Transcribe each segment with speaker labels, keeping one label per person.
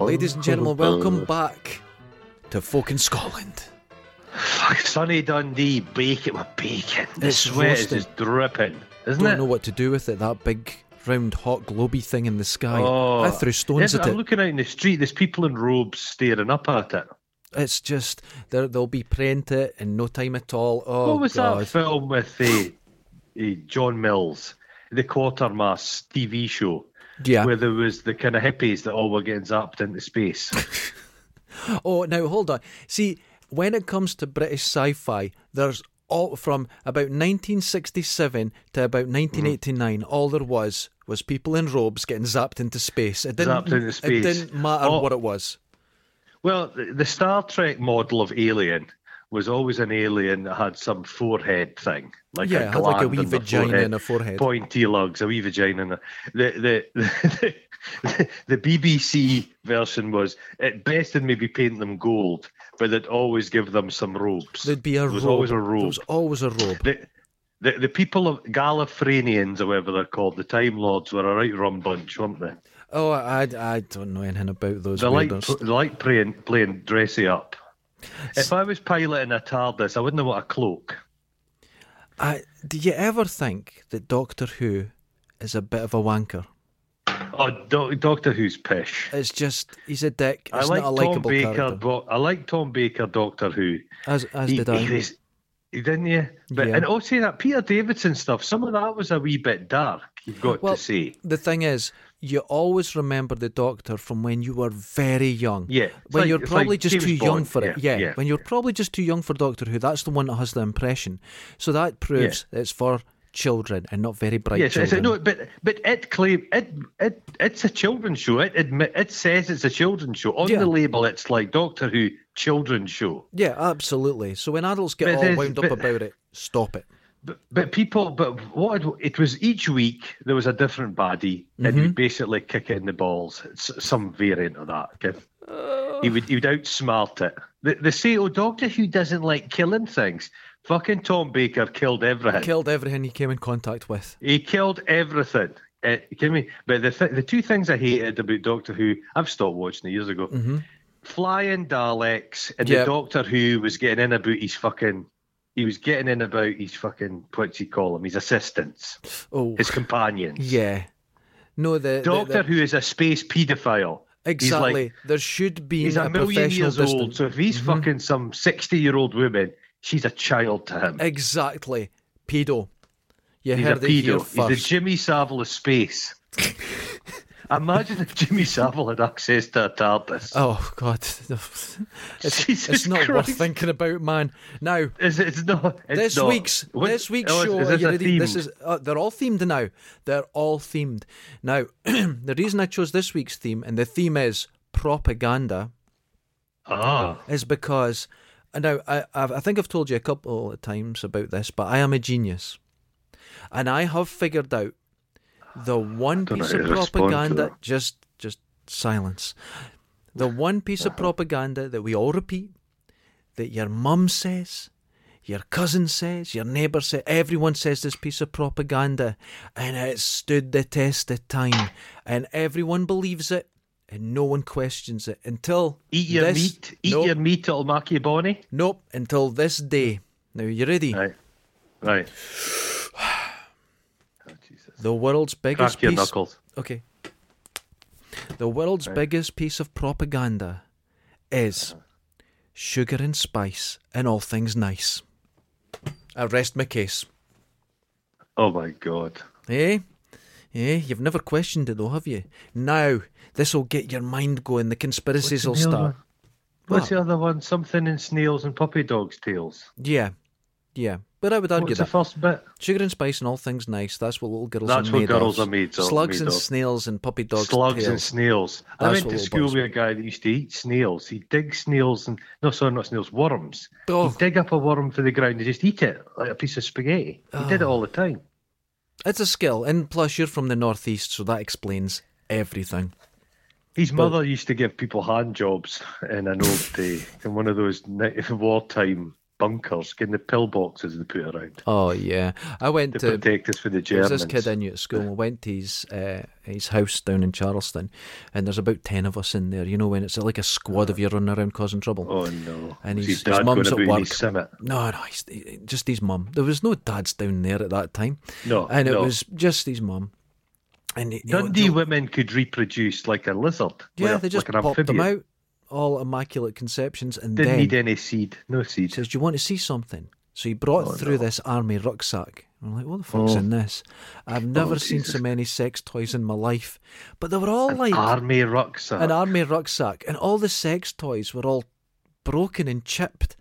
Speaker 1: Ladies and gentlemen, welcome back to fucking Scotland.
Speaker 2: Fuck, Sunny Dundee, bake it with bacon. The
Speaker 1: It's
Speaker 2: sweat is
Speaker 1: roasted.
Speaker 2: just dripping, isn't
Speaker 1: Don't
Speaker 2: it?
Speaker 1: know what to do with it. That big round hot globy thing in the sky.
Speaker 2: Oh.
Speaker 1: I threw stones
Speaker 2: Yes,
Speaker 1: at
Speaker 2: I'm
Speaker 1: it.
Speaker 2: looking out in the street. There's people in robes staring up at it.
Speaker 1: It's just there. They'll be praying to it in no time at all. Oh
Speaker 2: what was
Speaker 1: God!
Speaker 2: that film with uh, uh, John Mills, the Quatermass TV show,
Speaker 1: Yeah.
Speaker 2: where there was the kind of hippies that all were getting zapped into space?
Speaker 1: Oh, now hold on. See, when it comes to British sci-fi, there's all from about 1967 to about 1989. All there was was people in robes getting zapped into space. It didn't.
Speaker 2: Zapped into
Speaker 1: It
Speaker 2: space.
Speaker 1: didn't matter
Speaker 2: Oh.
Speaker 1: what it was.
Speaker 2: Well, the the Star Trek model of alien was always an alien that had some forehead thing, like
Speaker 1: Yeah,
Speaker 2: a
Speaker 1: had like a
Speaker 2: gland
Speaker 1: wee
Speaker 2: in the
Speaker 1: vagina
Speaker 2: forehead,
Speaker 1: and a forehead.
Speaker 2: pointy lugs, a wee vagina. And a, the, the, the the BBC version was at best, and maybe paint them gold, but they'd always give them some robes.
Speaker 1: There'd be a
Speaker 2: there
Speaker 1: robe.
Speaker 2: was always a robe.
Speaker 1: There was always a robe.
Speaker 2: The, the, the people of Gallifreyanians, or whatever they're called, the Time Lords, were a right rum bunch, weren't they?
Speaker 1: Oh, I, I don't know anything about those.
Speaker 2: They like,
Speaker 1: weirdos.
Speaker 2: pl- they like playing, playing dressy up. If I was piloting a TARDIS, I wouldn't know what a cloak.
Speaker 1: I, do you ever think that Doctor Who is a bit of a wanker?
Speaker 2: Oh, Do- Doctor Who's pish.
Speaker 1: It's just he's a dick.
Speaker 2: I
Speaker 1: It's
Speaker 2: like
Speaker 1: not a
Speaker 2: Tom
Speaker 1: likable
Speaker 2: Baker.
Speaker 1: character.
Speaker 2: Bo- I like Tom Baker Doctor Who.
Speaker 1: As as
Speaker 2: He,
Speaker 1: did
Speaker 2: he
Speaker 1: I.
Speaker 2: was- he didn't you? But
Speaker 1: Yeah.
Speaker 2: and also that Peter Davidson stuff. Some of that was a wee bit dark. You've got
Speaker 1: Well,
Speaker 2: to say.
Speaker 1: The thing is, you always remember the Doctor from when you were very young.
Speaker 2: Yeah, it's
Speaker 1: when
Speaker 2: like-
Speaker 1: you're
Speaker 2: it's
Speaker 1: probably
Speaker 2: like
Speaker 1: just
Speaker 2: James
Speaker 1: too young
Speaker 2: Bond,
Speaker 1: for it.
Speaker 2: yeah,
Speaker 1: Yeah,
Speaker 2: yeah.
Speaker 1: when you're probably just too young for Doctor Who, that's the one that has the impression. So that proves it's for children and not very bright
Speaker 2: Yes, it's a,
Speaker 1: children.
Speaker 2: no, but but it claim it it it's a children's show. It admit it says it's a children's show on
Speaker 1: Yeah.
Speaker 2: the label. It's like Doctor Who children's show.
Speaker 1: Yeah, absolutely. So when adults get
Speaker 2: But
Speaker 1: all
Speaker 2: there's-
Speaker 1: wound up
Speaker 2: but-
Speaker 1: about it, stop it.
Speaker 2: But, but people, but what I'd- it was each week there was a different baddie, and he'd basically kick it in the balls. It's some variant of that. okay? He would he would outsmart it. The the say, oh, Doctor Who doesn't like killing things. Fucking Tom Baker killed everything.
Speaker 1: Killed everything he came in contact with.
Speaker 2: He killed everything. Uh, give me, but the th- the two things I hated about Doctor Who, I've stopped watching it years ago. Flying Daleks and
Speaker 1: Mm-hmm. Yep.
Speaker 2: the Doctor Who was getting in about his fucking. He was getting in about his fucking what's he call him? His assistants,
Speaker 1: Oh,
Speaker 2: his companions.
Speaker 1: yeah. No, the the- the-
Speaker 2: Doctor Who is a space paedophile. He's like-
Speaker 1: exactly. there should be
Speaker 2: He's,
Speaker 1: a,
Speaker 2: a, million
Speaker 1: professional Mm-hmm.
Speaker 2: years
Speaker 1: distance.
Speaker 2: old. So if he's fucking some sixty-year-old woman, she's a child to him.
Speaker 1: Exactly, pedo. You
Speaker 2: He's a
Speaker 1: heard it here
Speaker 2: pedo. He's
Speaker 1: first.
Speaker 2: the Jimmy Savile of space. Imagine if Jimmy Savile had access to a TARDIS.
Speaker 1: Oh God, it's, it's
Speaker 2: Jesus
Speaker 1: not worth
Speaker 2: Christ.
Speaker 1: thinking about, man. Now
Speaker 2: Is it, it's not. It's
Speaker 1: this
Speaker 2: not.
Speaker 1: week's
Speaker 2: What-
Speaker 1: this week's
Speaker 2: oh, is-
Speaker 1: show.
Speaker 2: Is
Speaker 1: are
Speaker 2: this
Speaker 1: you
Speaker 2: a
Speaker 1: ready?
Speaker 2: theme?
Speaker 1: This is uh, they're all themed now. They're all themed now. the reason I chose this week's theme, and the theme is propaganda,
Speaker 2: ah.
Speaker 1: is because now I I've, I think I've told you a couple of times about this, but I am a genius, and I have figured out the one
Speaker 2: don't know
Speaker 1: piece
Speaker 2: how
Speaker 1: of
Speaker 2: to respond to
Speaker 1: propaganda.
Speaker 2: that.
Speaker 1: Just just silence. The one piece of propaganda that we all repeat, that your mum says, your cousin says, your neighbour says, everyone says this piece of propaganda, and it stood the test of time, and everyone believes it, and no one questions it until
Speaker 2: Eat your
Speaker 1: this-
Speaker 2: meat. Eat
Speaker 1: nope,
Speaker 2: your meat. It'll make you bonny.
Speaker 1: nope, until this day. Now you ready?
Speaker 2: Right. Right. Oh, Jesus.
Speaker 1: The world's biggest
Speaker 2: Crack your
Speaker 1: piece.
Speaker 2: knuckles.
Speaker 1: Okay. The world's biggest piece of propaganda
Speaker 2: Uh-huh.
Speaker 1: is sugar and spice and all things nice. I rest my case.
Speaker 2: Oh my God.
Speaker 1: Eh? Eh? You've never questioned it though, have you? Now, this'll get your mind going. The conspiracies will
Speaker 2: What's the other one?
Speaker 1: start.
Speaker 2: What's the other one? Something in snails and puppy dogs' tails.
Speaker 1: Yeah. Yeah. But I would argue
Speaker 2: What's the
Speaker 1: that.
Speaker 2: first bit?
Speaker 1: Sugar and spice and all things nice. That's what little girls
Speaker 2: That's
Speaker 1: are
Speaker 2: what
Speaker 1: made
Speaker 2: girls
Speaker 1: of.
Speaker 2: are made of,
Speaker 1: Slugs
Speaker 2: made
Speaker 1: and
Speaker 2: of.
Speaker 1: snails and puppy dogs.
Speaker 2: slugs and
Speaker 1: tails.
Speaker 2: snails. I went
Speaker 1: That's what
Speaker 2: to
Speaker 1: little
Speaker 2: school
Speaker 1: bugs
Speaker 2: with a guy that used to eat snails. He'd dig snails and no, sorry, not snails, worms.
Speaker 1: Oh.
Speaker 2: He'd dig up a worm for the ground and just eat it like a piece of spaghetti. He did
Speaker 1: Oh.
Speaker 2: it all the time.
Speaker 1: It's a skill, and plus you're from the northeast, so that explains everything.
Speaker 2: His mother used to give people hand jobs in an old day in one of those ni- wartime bunkers, getting the pillboxes they put around
Speaker 1: Oh yeah, I went
Speaker 2: to
Speaker 1: to
Speaker 2: protect us from the
Speaker 1: There's
Speaker 2: Germans.
Speaker 1: this kid I knew at school. I went to his uh, his house down in Charleston, and there's about ten of us in there. You know when it's like a squad of you running around causing trouble.
Speaker 2: Oh no!
Speaker 1: And
Speaker 2: Was
Speaker 1: his- his
Speaker 2: dad going
Speaker 1: mum's at
Speaker 2: about in his
Speaker 1: work.
Speaker 2: summit?
Speaker 1: No, no, he's, he- just his mum. There was no dads down there at that time.
Speaker 2: No,
Speaker 1: and it
Speaker 2: no.
Speaker 1: was just his mum. And you know,
Speaker 2: Dundee women could reproduce like a lizard.
Speaker 1: yeah,
Speaker 2: like, a-
Speaker 1: they just
Speaker 2: like an
Speaker 1: popped them
Speaker 2: amphibian.
Speaker 1: out, all immaculate conceptions, and
Speaker 2: Didn't
Speaker 1: then
Speaker 2: need any seed, no
Speaker 1: He
Speaker 2: seed.
Speaker 1: says, "Do you want to see something?" So he brought through this army rucksack. I'm like, "What the fuck's
Speaker 2: Oh.
Speaker 1: in this?" I've never seen so
Speaker 2: Jesus.
Speaker 1: many sex toys in my life, but they were all like
Speaker 2: Army rucksack.
Speaker 1: an army rucksack, and all the sex toys were all broken and chipped.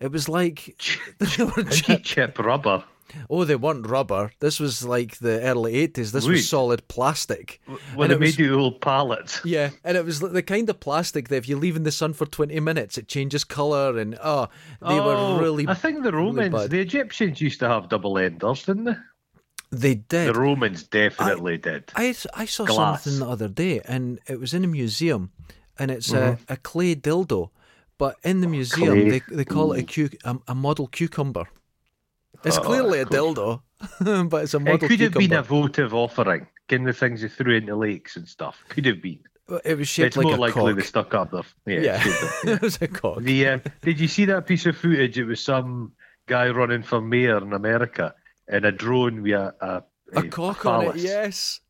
Speaker 1: It was like they were
Speaker 2: How do you
Speaker 1: chipped.
Speaker 2: chip rubber?
Speaker 1: Oh, they weren't rubber. This was like the early eighties. This
Speaker 2: Wood.
Speaker 1: was solid plastic.
Speaker 2: When
Speaker 1: And
Speaker 2: they
Speaker 1: it was-
Speaker 2: made you old pallets.
Speaker 1: Yeah, and it was the kind of plastic that if you leave in the sun for twenty minutes, it changes color, and oh, they
Speaker 2: Oh,
Speaker 1: were really.
Speaker 2: I think the Romans,
Speaker 1: bad.
Speaker 2: the Egyptians used to have double enders, didn't they?
Speaker 1: they did.
Speaker 2: The Romans definitely did.
Speaker 1: I, s- I saw
Speaker 2: Glass.
Speaker 1: something the other day, and it was in a museum, and it's a, a clay dildo, but in the museum
Speaker 2: Mm-hmm. clay.
Speaker 1: they, they call it a, cu- a, a model cucumber. It's
Speaker 2: Oh,
Speaker 1: clearly a
Speaker 2: of course.
Speaker 1: dildo, but it's a
Speaker 2: It
Speaker 1: model
Speaker 2: could have been
Speaker 1: cucumber.
Speaker 2: a votive offering. Can the things they threw into lakes and stuff could have been.
Speaker 1: it was shaped
Speaker 2: it's
Speaker 1: like
Speaker 2: more
Speaker 1: a
Speaker 2: likely
Speaker 1: cock.
Speaker 2: they stuck up their. Yeah.
Speaker 1: yeah,
Speaker 2: it's shaped
Speaker 1: it was a cock.
Speaker 2: up. the uh, did you see that piece of footage? It was some guy running for mayor in America in a drone with a a,
Speaker 1: a cock on it,
Speaker 2: phallus.
Speaker 1: yes.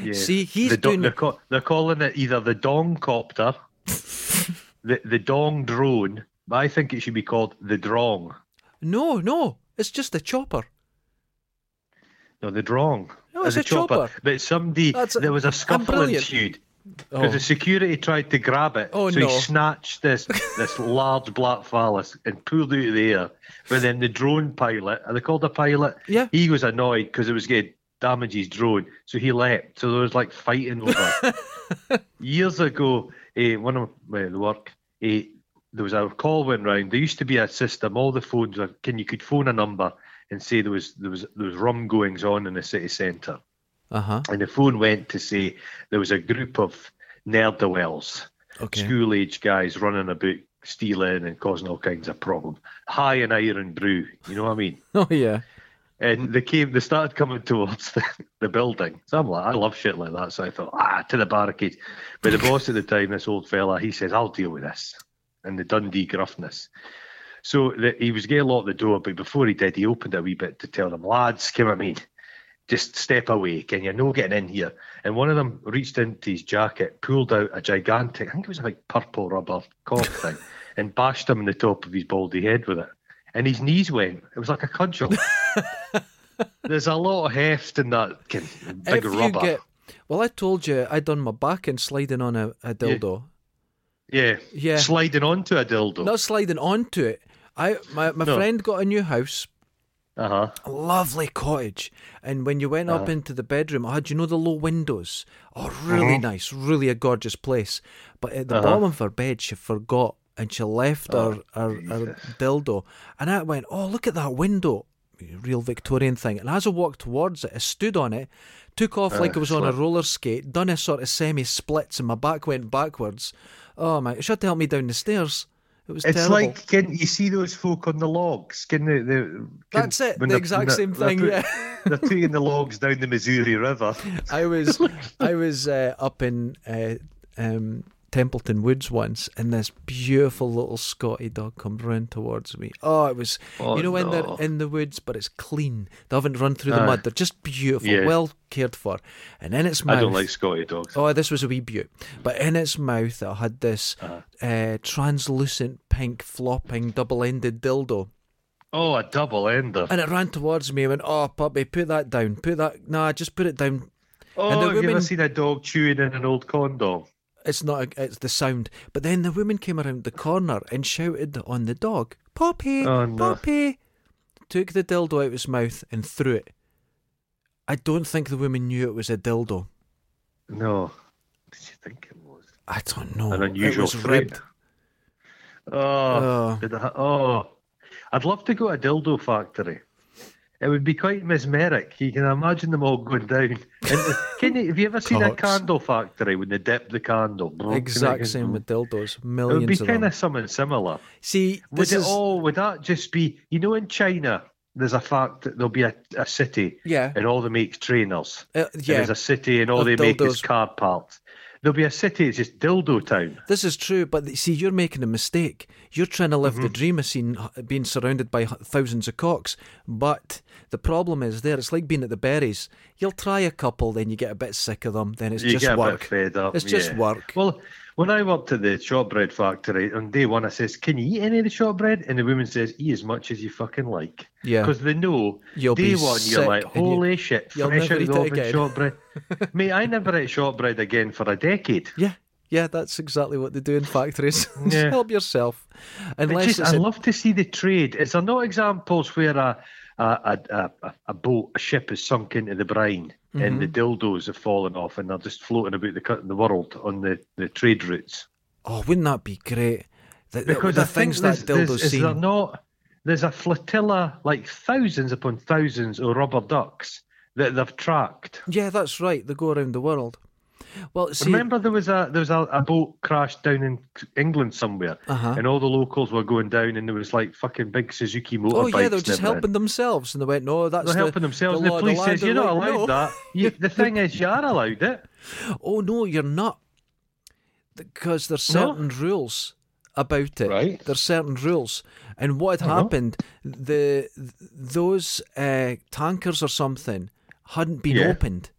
Speaker 2: Yeah.
Speaker 1: See, he's
Speaker 2: the do-
Speaker 1: doing-
Speaker 2: They're, ca- they're calling it either the dong copter, the the dong drone, but I think it should be called the drong.
Speaker 1: No, no, it's just a chopper.
Speaker 2: No, the drong.
Speaker 1: No,
Speaker 2: As
Speaker 1: it's a chopper.
Speaker 2: But somebody
Speaker 1: That's a-
Speaker 2: there was a
Speaker 1: I'm
Speaker 2: scuffle
Speaker 1: brilliant.
Speaker 2: ensued.
Speaker 1: Oh,
Speaker 2: Because the security tried to grab it,
Speaker 1: Oh,
Speaker 2: so
Speaker 1: no.
Speaker 2: he snatched this this large black phallus and pulled it out of the air. But then the drone pilot, are they called a pilot?
Speaker 1: Yeah.
Speaker 2: He was annoyed because it was getting damage his drone, so he left. So there was like fighting over. Years ago, eh, one of my the work, eh, there was a call went round. There used to be a system. All the phones, were, can you could phone a number and say there was there was there was rum goings on in the city centre
Speaker 1: uh huh.
Speaker 2: and the phone went to say there was a group of nerdwells,
Speaker 1: Okay.
Speaker 2: school age guys running about stealing and causing all kinds of problem. High in iron brew, you know what I mean?
Speaker 1: Oh yeah.
Speaker 2: And they came, they started coming towards the, the building. So I'm like, I love shit like that. So I thought, ah, to the barricades. But the boss at the time, this old fella, he says, I'll deal with this. And the Dundee gruffness. So the, he was getting locked the door, but before he did, he opened it a wee bit to tell them, lads, come at me. Just step away, can you? No getting in here. And one of them reached into his jacket, pulled out a gigantic, I think it was a big purple rubber cock thing, and bashed him in the top of his baldy head with it. And his knees went. It was like a cudgel. There's a lot of heft in that kin- big
Speaker 1: if you
Speaker 2: rubber.
Speaker 1: get, well, I told you I'd done my back and sliding on a, a dildo.
Speaker 2: yeah.
Speaker 1: Yeah.
Speaker 2: Sliding onto a dildo.
Speaker 1: not sliding onto it. I my, my
Speaker 2: No.
Speaker 1: friend got a new house,
Speaker 2: Uh huh.
Speaker 1: a lovely cottage, and when you went
Speaker 2: Uh-huh.
Speaker 1: up into the bedroom, I had you know the low windows. Oh, really
Speaker 2: Uh-huh.
Speaker 1: nice, really a gorgeous place. But at the bottom of her bed, she forgot and she left
Speaker 2: Oh,
Speaker 1: her, her, her dildo, and I went, oh look at that window. Real Victorian thing, and as I walked towards it, I stood on it, took off
Speaker 2: Uh,
Speaker 1: like I was on a roller skate, done a sort of semi splits, and my back went backwards. Oh my! She had to help me down the stairs. It was
Speaker 2: It's
Speaker 1: terrible.
Speaker 2: like can you see those folk on the logs? Can the, the can-
Speaker 1: That's it,
Speaker 2: when
Speaker 1: the
Speaker 2: they're-
Speaker 1: exact
Speaker 2: they're-
Speaker 1: same
Speaker 2: they're
Speaker 1: thing,
Speaker 2: put-
Speaker 1: yeah.
Speaker 2: they're taking the logs down the Missouri River.
Speaker 1: I was I was uh, up in uh, um, Templeton Woods once, and this beautiful little Scotty dog come run towards me. Oh, it was
Speaker 2: Oh,
Speaker 1: you know when
Speaker 2: no.
Speaker 1: they're in the woods, but it's clean. They haven't run through the mud. They're just beautiful,
Speaker 2: Yeah.
Speaker 1: well cared for. And in its mouth,
Speaker 2: I don't like Scotty dogs.
Speaker 1: oh, this was a wee beaut. But in its mouth, it had this
Speaker 2: Uh-huh.
Speaker 1: uh, translucent pink flopping double-ended dildo.
Speaker 2: Oh, a double ender.
Speaker 1: And it ran towards me and went, Oh, puppy, put that down. Put that. Nah, just put it down.
Speaker 2: Oh,
Speaker 1: and the
Speaker 2: have you
Speaker 1: women-
Speaker 2: ever seen a dog chewing in an old condom?
Speaker 1: It's not. It's the sound. But then the woman came around the corner and shouted on the dog, "Poppy,
Speaker 2: Oh, no.
Speaker 1: Poppy!" Took the dildo out of his mouth and threw it. I don't think the woman knew it was a dildo.
Speaker 2: No. Did you think it was
Speaker 1: I don't know.
Speaker 2: an unusual
Speaker 1: it was
Speaker 2: threat?
Speaker 1: ribbed.
Speaker 2: Oh,
Speaker 1: Oh.
Speaker 2: did I, oh, I'd love to go to a dildo factory. It would be quite mesmeric. You can imagine them all going down. And can you, have you ever seen a
Speaker 1: Cocks.
Speaker 2: candle factory when they dip the candle?
Speaker 1: Exact same with dildos.
Speaker 2: It would be
Speaker 1: Millions of
Speaker 2: kind
Speaker 1: them.
Speaker 2: of something similar.
Speaker 1: See,
Speaker 2: Would
Speaker 1: this
Speaker 2: it
Speaker 1: is
Speaker 2: all? Would that just be? You know, in China, there's a fact that there'll be a, a city,
Speaker 1: yeah,
Speaker 2: and all they make trainers.
Speaker 1: uh,
Speaker 2: And
Speaker 1: yeah.
Speaker 2: There's a city, and all
Speaker 1: Of
Speaker 2: they make is
Speaker 1: dildos.
Speaker 2: car parts. There'll be a city. It's just dildo town.
Speaker 1: This is true, but th- see, you're making a mistake. You're trying to live the
Speaker 2: Mm-hmm.
Speaker 1: dream of seeing, uh, being surrounded by h- thousands of cocks, but the problem is there. It's like being at the berries. You'll try a couple, then you get a bit sick of them, then it's
Speaker 2: you
Speaker 1: just
Speaker 2: get a
Speaker 1: work.
Speaker 2: bit fed up.
Speaker 1: It's just
Speaker 2: yeah.
Speaker 1: work.
Speaker 2: Well, when I worked at the shortbread factory on day one, I says, "Can you eat any of the shortbread?" And the woman says, "Eat as much as you fucking like."
Speaker 1: Yeah.
Speaker 2: Because they know
Speaker 1: You'll
Speaker 2: day
Speaker 1: be
Speaker 2: one
Speaker 1: sick
Speaker 2: you're like,
Speaker 1: and you-
Speaker 2: "Holy shit,
Speaker 1: you'll
Speaker 2: fresh
Speaker 1: never
Speaker 2: out of the
Speaker 1: eat it
Speaker 2: oven
Speaker 1: again.
Speaker 2: shortbread." Mate, I never ate shortbread again for a decade.
Speaker 1: Yeah, yeah, that's exactly what they do in factories. Just
Speaker 2: Yeah.
Speaker 1: Help yourself,
Speaker 2: It
Speaker 1: unless
Speaker 2: just-
Speaker 1: it's
Speaker 2: I
Speaker 1: a-
Speaker 2: love to see the trade. Is there no examples where a a, a, a, a boat, a ship is sunk into the brine and the
Speaker 1: Mm-hmm.
Speaker 2: dildos have fallen off and they're just floating about the, co- the world on the, the trade routes?
Speaker 1: oh, wouldn't that be great? The, the-
Speaker 2: Because
Speaker 1: the
Speaker 2: I think
Speaker 1: things that
Speaker 2: there's,
Speaker 1: dildo
Speaker 2: there's, is
Speaker 1: scene.
Speaker 2: there not there's a flotilla like thousands upon thousands of rubber ducks that they've tracked.
Speaker 1: Yeah, that's right. They go around the world. Well, see,
Speaker 2: Remember there was a there was a, a boat crash down in England somewhere
Speaker 1: Uh-huh.
Speaker 2: and all the locals were going down and there was like fucking big Suzuki motorbikes.
Speaker 1: oh yeah,
Speaker 2: and
Speaker 1: they're just
Speaker 2: everything.
Speaker 1: helping themselves, and they went, "No, that's
Speaker 2: They're
Speaker 1: the,
Speaker 2: helping themselves,
Speaker 1: The
Speaker 2: and
Speaker 1: law
Speaker 2: the
Speaker 1: of
Speaker 2: police
Speaker 1: land."
Speaker 2: says you're
Speaker 1: They're
Speaker 2: not
Speaker 1: like,
Speaker 2: allowed
Speaker 1: "No."
Speaker 2: that. You, the thing is, you are allowed it.
Speaker 1: Oh no, you're not, because there's
Speaker 2: No.
Speaker 1: certain rules about it.
Speaker 2: Right. Uh-huh.
Speaker 1: There's certain rules, and what had happened, the th- those uh, tankers or something hadn't been
Speaker 2: Yeah.
Speaker 1: opened.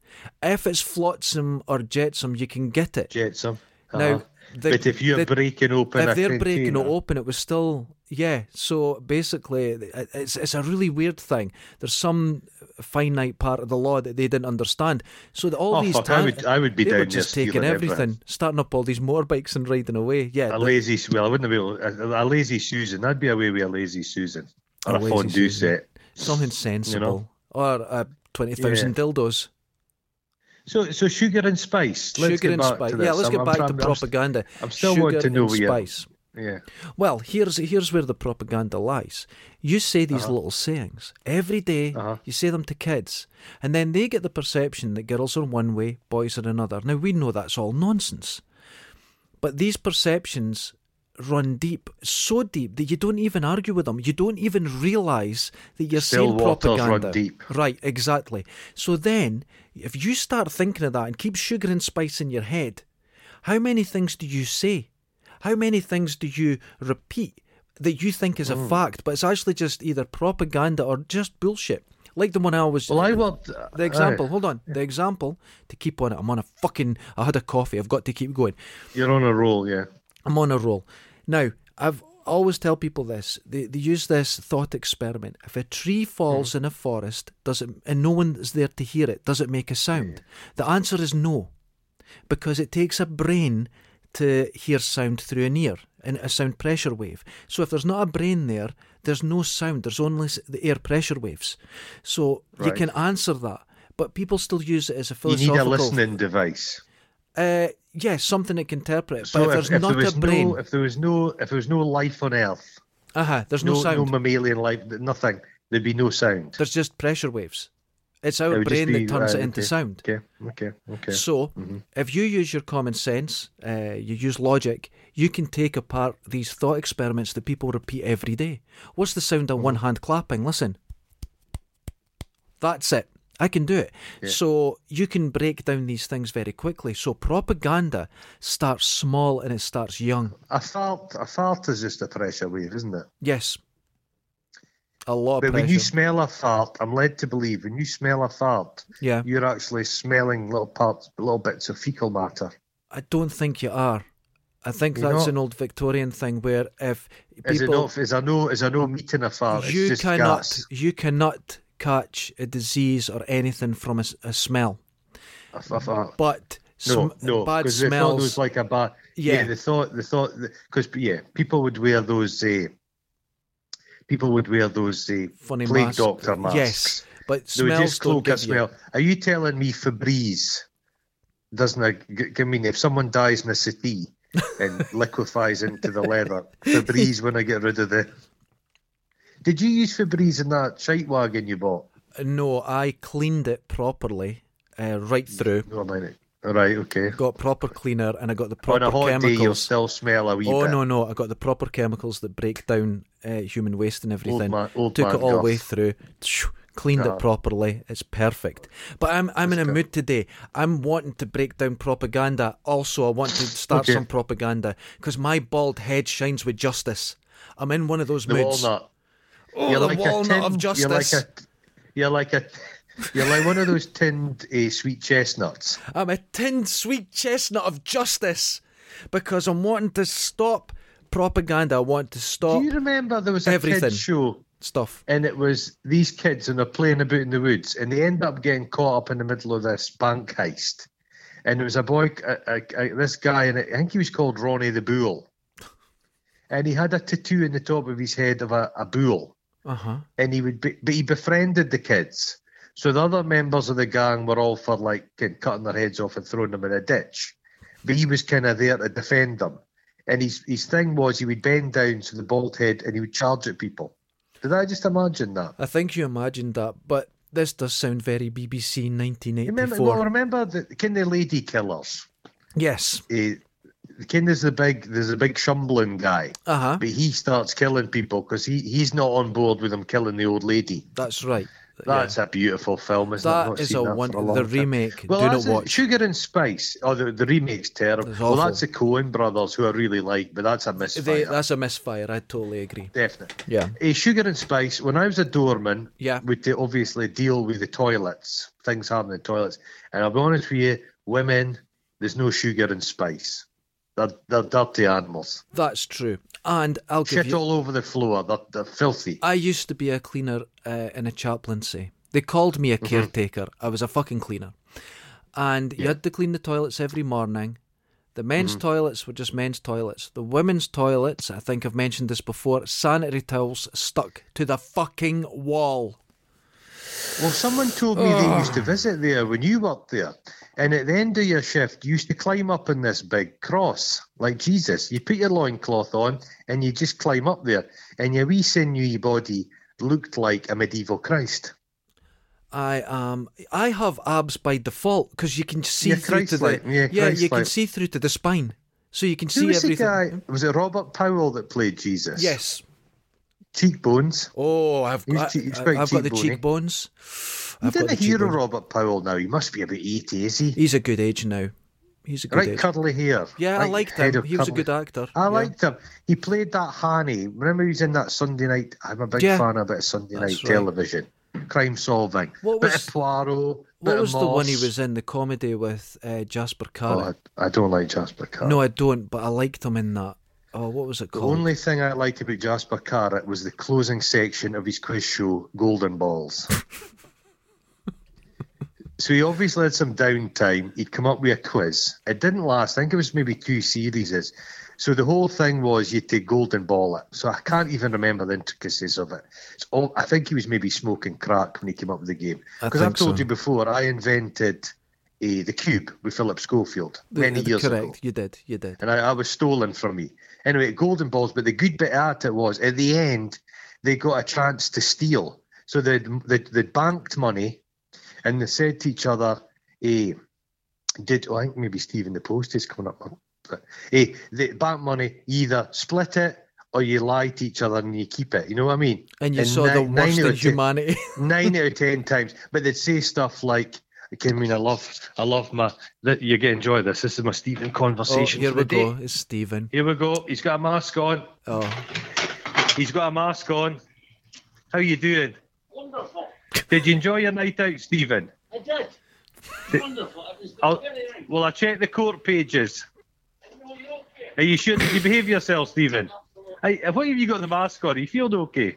Speaker 1: If it's flotsam or jetsam, you can get it.
Speaker 2: Jetsam. Uh-huh.
Speaker 1: Now, the-
Speaker 2: but if you're
Speaker 1: the-
Speaker 2: breaking open, a
Speaker 1: if they're breaking it
Speaker 2: container-
Speaker 1: open, it was still yeah. So basically, it- it's it's a really weird thing. There's some finite part of the law that they didn't understand. So that all
Speaker 2: Oh,
Speaker 1: these
Speaker 2: fuck, I would- I would be
Speaker 1: they were
Speaker 2: down there
Speaker 1: just taking
Speaker 2: stealing
Speaker 1: everything,
Speaker 2: everything.
Speaker 1: starting up all these motorbikes and riding away. Yeah,
Speaker 2: a
Speaker 1: the-
Speaker 2: lazy well, I wouldn't be able, a, a lazy Susan. I'd be away with a lazy Susan
Speaker 1: A
Speaker 2: or a,
Speaker 1: lazy
Speaker 2: fondue
Speaker 1: Susan.
Speaker 2: set.
Speaker 1: something sensible or uh, twenty thousand dildos.
Speaker 2: So, so sugar and spice. Let's
Speaker 1: Sugar
Speaker 2: get
Speaker 1: and
Speaker 2: back
Speaker 1: spice.
Speaker 2: To this.
Speaker 1: Yeah, let's
Speaker 2: I'm-
Speaker 1: get
Speaker 2: I'm
Speaker 1: back
Speaker 2: trying-
Speaker 1: to
Speaker 2: I'm
Speaker 1: propaganda.
Speaker 2: I'm still
Speaker 1: Sugar
Speaker 2: wanting to know
Speaker 1: and
Speaker 2: where you-
Speaker 1: spice.
Speaker 2: st- yeah.
Speaker 1: Well, here's here's where the propaganda lies. You say these little sayings every day,
Speaker 2: Uh-huh.
Speaker 1: You say them to kids, and then they get the perception that girls are one way, boys are another. Now we know that's all nonsense, but these perceptions run deep, so deep that you don't even argue with them. You don't even realise that you're
Speaker 2: Still
Speaker 1: saying
Speaker 2: waters run
Speaker 1: propaganda.
Speaker 2: deep.
Speaker 1: Right, exactly. So then, if you start thinking of that and keep sugar and spice in your head, how many things do you say? How many things do you repeat that you think is
Speaker 2: Hmm.
Speaker 1: a fact, but it's actually just either propaganda or just bullshit? Like the one I was.
Speaker 2: Well, I want uh,
Speaker 1: the example. Hold on. The example to keep on it. I'm on a fucking. I had a coffee. I've got to keep going.
Speaker 2: you're on a roll, yeah.
Speaker 1: I'm on a roll. Now, I've always tell people this. They, they use this thought experiment. If a tree falls
Speaker 2: Mm-hmm.
Speaker 1: in a forest, does it and no one is there to hear it, does it make a
Speaker 2: Mm.
Speaker 1: sound? The answer is no. Because it takes a brain to hear sound through an ear and a sound pressure wave. So if there's not a brain there, there's no sound. There's only s- the air pressure waves. So you
Speaker 2: Right.
Speaker 1: can answer that. But people still use it as a
Speaker 2: You need
Speaker 1: philosophical.
Speaker 2: a listening device.
Speaker 1: Uh, yes, something that can interpret.
Speaker 2: So
Speaker 1: but if,
Speaker 2: if,
Speaker 1: there's
Speaker 2: if
Speaker 1: not
Speaker 2: there was
Speaker 1: a brain,
Speaker 2: no, if there was no, if there was no life on Earth,
Speaker 1: Uh-huh. There's no,
Speaker 2: no, no,
Speaker 1: sound.
Speaker 2: mammalian life, nothing. There'd be no sound.
Speaker 1: There's just pressure waves. It's our
Speaker 2: It would just
Speaker 1: brain
Speaker 2: be-
Speaker 1: that turns
Speaker 2: uh,
Speaker 1: it into
Speaker 2: okay, Mm-hmm.
Speaker 1: sound.
Speaker 2: Okay, okay, okay.
Speaker 1: So, if you use your common sense, uh, you use logic, you can take apart these thought experiments that people repeat every day. What's the sound
Speaker 2: Mm-hmm.
Speaker 1: of one hand clapping? Listen. That's it. I can do it. So, you can break down these things very quickly. So, propaganda starts small and it starts young.
Speaker 2: A fart, a fart is just a pressure wave, isn't it?
Speaker 1: Yes. A lot of
Speaker 2: But when
Speaker 1: pressure.
Speaker 2: you smell a fart, I'm led to believe when you smell a fart,
Speaker 1: yeah.
Speaker 2: you're actually smelling little parts, little bits of fecal matter.
Speaker 1: I don't think you are. I think
Speaker 2: You're
Speaker 1: that's
Speaker 2: not?
Speaker 1: an old Victorian thing where if
Speaker 2: Is it
Speaker 1: people
Speaker 2: not? Is I no? Is I no meat in a fart?
Speaker 1: you
Speaker 2: it's just
Speaker 1: cannot
Speaker 2: gas.
Speaker 1: you cannot catch a disease or anything from a, s- a smell,
Speaker 2: A f- a fart.
Speaker 1: but
Speaker 2: No,
Speaker 1: sm-
Speaker 2: no,
Speaker 1: bad
Speaker 2: because they thought it
Speaker 1: smells.
Speaker 2: was like a bad. Yeah,
Speaker 1: Yeah.
Speaker 2: they thought they thought because yeah, people would wear those. Uh, people would wear those uh,
Speaker 1: funny
Speaker 2: plague
Speaker 1: mask-
Speaker 2: doctor masks.
Speaker 1: Yes, but
Speaker 2: They would
Speaker 1: smells
Speaker 2: just
Speaker 1: don't
Speaker 2: cloak a
Speaker 1: give you.
Speaker 2: smell. Are you telling me Febreze doesn't? ag- g- I mean, if someone dies in a city and liquefies into the leather, Febreze when I get rid of the. Did you use Febreze in that shite wagon you bought?
Speaker 1: Uh, No, I cleaned it properly, uh, right through.
Speaker 2: No, I mean it. All right, okay.
Speaker 1: Got proper cleaner, and I got the
Speaker 2: On
Speaker 1: proper
Speaker 2: a hot day, you'll
Speaker 1: chemicals.
Speaker 2: still smell a wee
Speaker 1: oh
Speaker 2: bit.
Speaker 1: no, no, I got the proper chemicals that break down uh, human waste and everything.
Speaker 2: man- old
Speaker 1: Took
Speaker 2: man
Speaker 1: it all the way
Speaker 2: Gus.
Speaker 1: through, Shoo, cleaned it properly. It's perfect. But I'm I'm in a mood today. I'm wanting to break down propaganda. Also, I want to start
Speaker 2: Okay.
Speaker 1: some propaganda because my bald head shines with justice. I'm in one of those
Speaker 2: The
Speaker 1: moods.
Speaker 2: walnut.
Speaker 1: Oh, the walnut of
Speaker 2: You're like
Speaker 1: justice.
Speaker 2: a. You're like a. You're like one of those tinned uh, sweet chestnuts.
Speaker 1: I'm a tinned sweet chestnut of justice because I'm wanting to stop propaganda. I want to stop
Speaker 2: Do you remember there was a
Speaker 1: Oh. Everything.
Speaker 2: kids show
Speaker 1: stuff.
Speaker 2: and it was these kids and they're playing about in the woods and they end up getting caught up in the middle of this bank heist and there was a boy a, a, a, this guy and i think he was called ronnie the bull and he had a tattoo in the top of his head of a, a bull
Speaker 1: Uh huh.
Speaker 2: and he would be, but he befriended the kids so the other members of the gang were all for like kind of cutting their heads off and throwing them in a ditch but he was kind of there to defend them and his, his thing was he would bend down to the bald head and he would charge at people did i just imagine that
Speaker 1: I think you imagined that, but this does sound very BBC
Speaker 2: Remember,
Speaker 1: 1984.
Speaker 2: well, remember the kind of lady killers.
Speaker 1: yes.
Speaker 2: Uh, kind there's the big there's a big Shumblin guy,
Speaker 1: Uh huh.
Speaker 2: but he starts killing people because he, he's not on board with them killing the old lady.
Speaker 1: That's right.
Speaker 2: That's a beautiful film, isn't it? I've
Speaker 1: That
Speaker 2: not
Speaker 1: is
Speaker 2: seen
Speaker 1: a
Speaker 2: that for
Speaker 1: one.
Speaker 2: long
Speaker 1: the
Speaker 2: time.
Speaker 1: remake.
Speaker 2: Well,
Speaker 1: do not
Speaker 2: that's it.
Speaker 1: watch.
Speaker 2: Sugar and Spice. Oh, the, the remake's terrible.
Speaker 1: It's
Speaker 2: Well,
Speaker 1: awful.
Speaker 2: that's the Coen brothers, who I really like, but that's a
Speaker 1: They,
Speaker 2: misfire.
Speaker 1: that's a misfire. I totally agree.
Speaker 2: Definitely.
Speaker 1: Yeah.
Speaker 2: Eh, Sugar and Spice, when I was a doorman,
Speaker 1: Yeah.
Speaker 2: would to obviously deal with the toilets, things happening in the toilets. And I'll be honest with you, women, there's no sugar and spice. They're, they're dirty animals.
Speaker 1: That's true. And I'll give
Speaker 2: Shit
Speaker 1: you. Uh,
Speaker 2: all over the floor. They're, they're filthy.
Speaker 1: I used to be a cleaner uh, in a chaplaincy. They called me a
Speaker 2: Mm-hmm.
Speaker 1: caretaker. I was a fucking cleaner. And you had to clean the toilets every morning. The men's
Speaker 2: Mm-hmm.
Speaker 1: toilets were just men's toilets. The women's toilets, I think I've mentioned this before, sanitary towels stuck to the fucking wall.
Speaker 2: Well, someone told me
Speaker 1: oh.
Speaker 2: they used to visit there when you worked there. And at the end of your shift, you used to climb up in this big cross, like Jesus. You put your loincloth on and you just climb up there. And your wee sinewy body looked like a medieval Christ.
Speaker 1: I um I have abs by default because you can see
Speaker 2: Yeah,
Speaker 1: through to the
Speaker 2: Christ-like. Yeah,
Speaker 1: you can
Speaker 2: Christ-like.
Speaker 1: see through to the spine, so you can
Speaker 2: Who
Speaker 1: see
Speaker 2: was
Speaker 1: everything.
Speaker 2: the guy? Was it Robert Powell that played Jesus?
Speaker 1: Yes.
Speaker 2: Cheekbones.
Speaker 1: Oh, I've
Speaker 2: He's
Speaker 1: got
Speaker 2: cheek- he's
Speaker 1: I,
Speaker 2: quite
Speaker 1: have got the
Speaker 2: cheekbony.
Speaker 1: cheekbones.
Speaker 2: You
Speaker 1: I've got
Speaker 2: didn't
Speaker 1: the
Speaker 2: hear of
Speaker 1: cheekbones.
Speaker 2: Robert Powell now. He must be about 80, is he?
Speaker 1: He's a good age now. He's a good
Speaker 2: right
Speaker 1: age.
Speaker 2: curly hair.
Speaker 1: Yeah, I
Speaker 2: right
Speaker 1: liked
Speaker 2: head
Speaker 1: him.
Speaker 2: of
Speaker 1: He was a
Speaker 2: curly-
Speaker 1: good actor.
Speaker 2: I
Speaker 1: yeah.
Speaker 2: liked him. He played that Hanny. Remember he was in that Sunday night? I'm a big
Speaker 1: Yeah.
Speaker 2: fan of it, Sunday night
Speaker 1: That's right.
Speaker 2: television. Crime solving.
Speaker 1: What
Speaker 2: bit
Speaker 1: was-
Speaker 2: of Poirot. bit
Speaker 1: What
Speaker 2: of
Speaker 1: was the one he
Speaker 2: Moss.
Speaker 1: was in the comedy with uh, Jasper
Speaker 2: Oh,
Speaker 1: Carr?
Speaker 2: I, I don't like Jasper Carr.
Speaker 1: no, I don't. But I liked him in that. Oh, what was it
Speaker 2: The
Speaker 1: called?
Speaker 2: only thing I liked about Jasper Carrot was the closing section of his quiz show, Golden Balls. so he obviously had some downtime. He'd come up with a quiz. It didn't last. I think it was maybe two series. So the whole thing was you take Golden Ball it. So I can't even remember the intricacies of it. It's all, I think he was maybe smoking crack when he came up with the game.
Speaker 1: I
Speaker 2: Because I've
Speaker 1: think
Speaker 2: told
Speaker 1: so.
Speaker 2: you before, I invented uh, the cube with Philip Schofield
Speaker 1: The- uh,
Speaker 2: many
Speaker 1: the-
Speaker 2: years
Speaker 1: correct.
Speaker 2: ago
Speaker 1: You did. You did.
Speaker 2: and I, I was stolen from me. Anyway, golden balls. But the good bit at it was at the end they got a chance to steal. So they they they banked money, and they said to each other, "Eh, did oh, I think maybe Stephen the Post is coming up? But eh, the bank money either split it." Or you lie to each other and you keep it. You know what I mean?
Speaker 1: And you saw
Speaker 2: ni-
Speaker 1: the
Speaker 2: nine
Speaker 1: worst
Speaker 2: out
Speaker 1: in
Speaker 2: of ten-
Speaker 1: humanity.
Speaker 2: nine out of ten times. But they'd say stuff like, "Okay, I mean, I love, I love my. That you're gonna enjoy this. This is my Stephen
Speaker 1: oh,
Speaker 2: conversation.
Speaker 1: here
Speaker 2: for
Speaker 1: we
Speaker 2: the day."
Speaker 1: go. It's Stephen.
Speaker 2: Here we go. He's got a mask on.
Speaker 1: Oh,
Speaker 2: He's got a mask on. How you doing?
Speaker 3: Wonderful.
Speaker 2: Did you enjoy your night out, Stephen?
Speaker 3: I did. Wonderful. It was
Speaker 2: I'll,
Speaker 3: very nice.
Speaker 2: well, I checked the court pages.
Speaker 3: No, you're okay.
Speaker 2: Are you sure? Did you behave yourself, Stephen? Hey, what have you got the mask on? Are you feeling okay?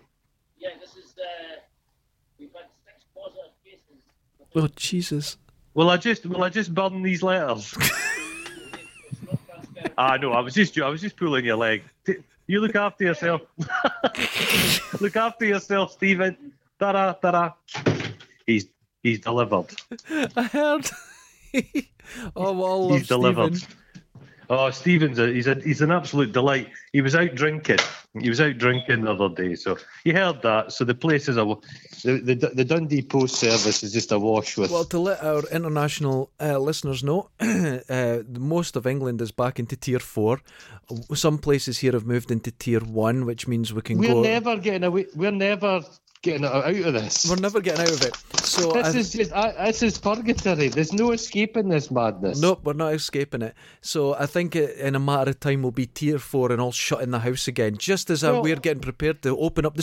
Speaker 3: Yeah, this is, uh, we've had six positive cases.
Speaker 1: oh, Jesus.
Speaker 2: Will I just will I just burn these letters? ah no, I was just I was just pulling your leg. T- You look after yourself. look after yourself, Stephen. Ta-da, ta-da. He's he's delivered.
Speaker 1: I heard. oh, well,
Speaker 2: he's delivered.
Speaker 1: Stephen.
Speaker 2: Oh, Stephen's a, he's a, he's an absolute delight. He was out drinking He was out drinking the other day, so he heard that. So the place is a the the, the Dundee Post Service is just awash with.
Speaker 1: Well, to let our international uh, listeners know, uh, most of England is back into tier four. Some places here have moved into tier one, which means we can
Speaker 2: we're
Speaker 1: go.
Speaker 2: never getting away. We're never getting out of this.
Speaker 1: We're never getting out of it. So
Speaker 2: this
Speaker 1: I-
Speaker 2: is just I, this is purgatory. There's no escaping this madness.
Speaker 1: Nope, we're not escaping it. So I think i- in a matter of time we'll be tier four and all shut in the house again, just as uh,
Speaker 2: Well-
Speaker 1: we're getting prepared to open up the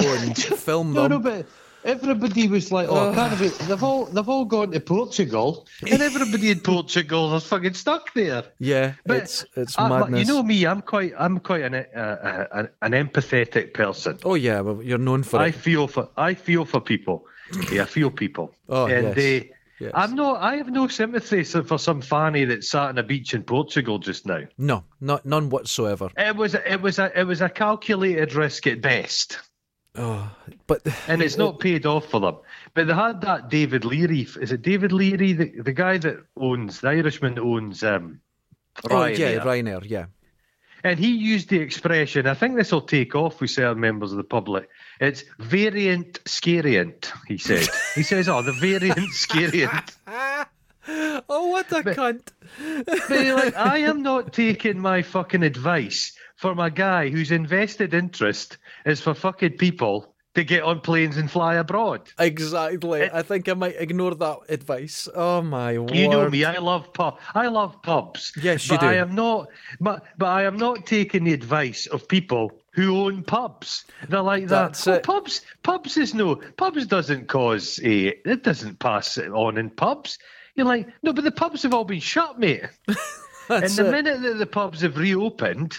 Speaker 1: and film
Speaker 2: No,
Speaker 1: them.
Speaker 2: no, but everybody was like, "Oh, I can't be." They've all they've all gone to Portugal, and everybody in Portugal is fucking stuck there.
Speaker 1: yeah,
Speaker 2: But
Speaker 1: it's it's
Speaker 2: I- but
Speaker 1: madness.
Speaker 2: you know me, I'm quite I'm quite an uh, uh, an empathetic person.
Speaker 1: oh yeah, well, you're known for
Speaker 2: I
Speaker 1: it.
Speaker 2: feel for I feel for people. Yeah, I feel people.
Speaker 1: Oh,
Speaker 2: and
Speaker 1: yes.
Speaker 2: they
Speaker 1: Yes.
Speaker 2: I'm no I have no sympathy so- for some fanny that sat on a beach in Portugal just now.
Speaker 1: No, not none whatsoever.
Speaker 2: It was it was a it was a calculated risk at best.
Speaker 1: Oh, but
Speaker 2: and it's not paid off for them. But they had that David Leary. Is it David Leary, the, the guy that owns the Irishman that owns um,
Speaker 1: oh
Speaker 2: Ryanair?
Speaker 1: yeah, Ryanair. Yeah,
Speaker 2: And he used the expression. I think this will take off with certain members of the public. It's variant scariant. He said. he says, "Oh, the variant scariant."
Speaker 1: Oh, what a cunt!
Speaker 2: But you're like, I am not taking my fucking advice from a guy whose invested interest is for fucking people to get on planes and fly abroad.
Speaker 1: Exactly. I think I might ignore that advice. Oh my word!
Speaker 2: You know me. I love pub. I love pubs.
Speaker 1: Yes,
Speaker 2: but
Speaker 1: you do.
Speaker 2: I am not. But but I am not taking the advice of people who own pubs. They're like that.
Speaker 1: That's
Speaker 2: "Oh,
Speaker 1: it.
Speaker 2: pubs. Pubs is no. Pubs doesn't cause a. It doesn't pass it on in pubs. You're like no, but the pubs have all been shut, mate. and
Speaker 1: That's
Speaker 2: the
Speaker 1: it.
Speaker 2: minute that the pubs have reopened.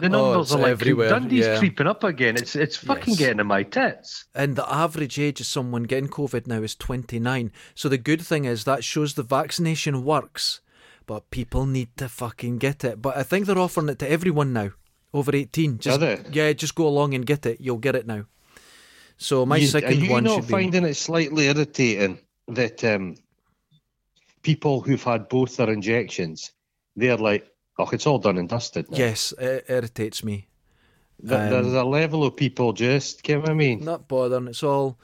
Speaker 2: The
Speaker 1: Oh,
Speaker 2: numbers
Speaker 1: it's
Speaker 2: are like
Speaker 1: everywhere,
Speaker 2: Dundee's
Speaker 1: yeah.
Speaker 2: creeping up again. It's it's fucking
Speaker 1: Yes.
Speaker 2: getting in my tits.
Speaker 1: And the average age of someone getting COVID now is 29. So the good thing is that shows the vaccination works, but people need to fucking get it. But I think they're offering it to everyone now over 18. Just,
Speaker 2: Are they?
Speaker 1: Yeah, just go along and get it. You'll get it now. So my second
Speaker 2: are you
Speaker 1: one
Speaker 2: not
Speaker 1: should be.
Speaker 2: finding it slightly irritating that um, people who've had both their injections, they're like, oh, it's all done and dusted. now."
Speaker 1: Yes, it irritates me.
Speaker 2: Th-
Speaker 1: um,
Speaker 2: there's a level of people just, can I mean?
Speaker 1: Not bothering. It's all.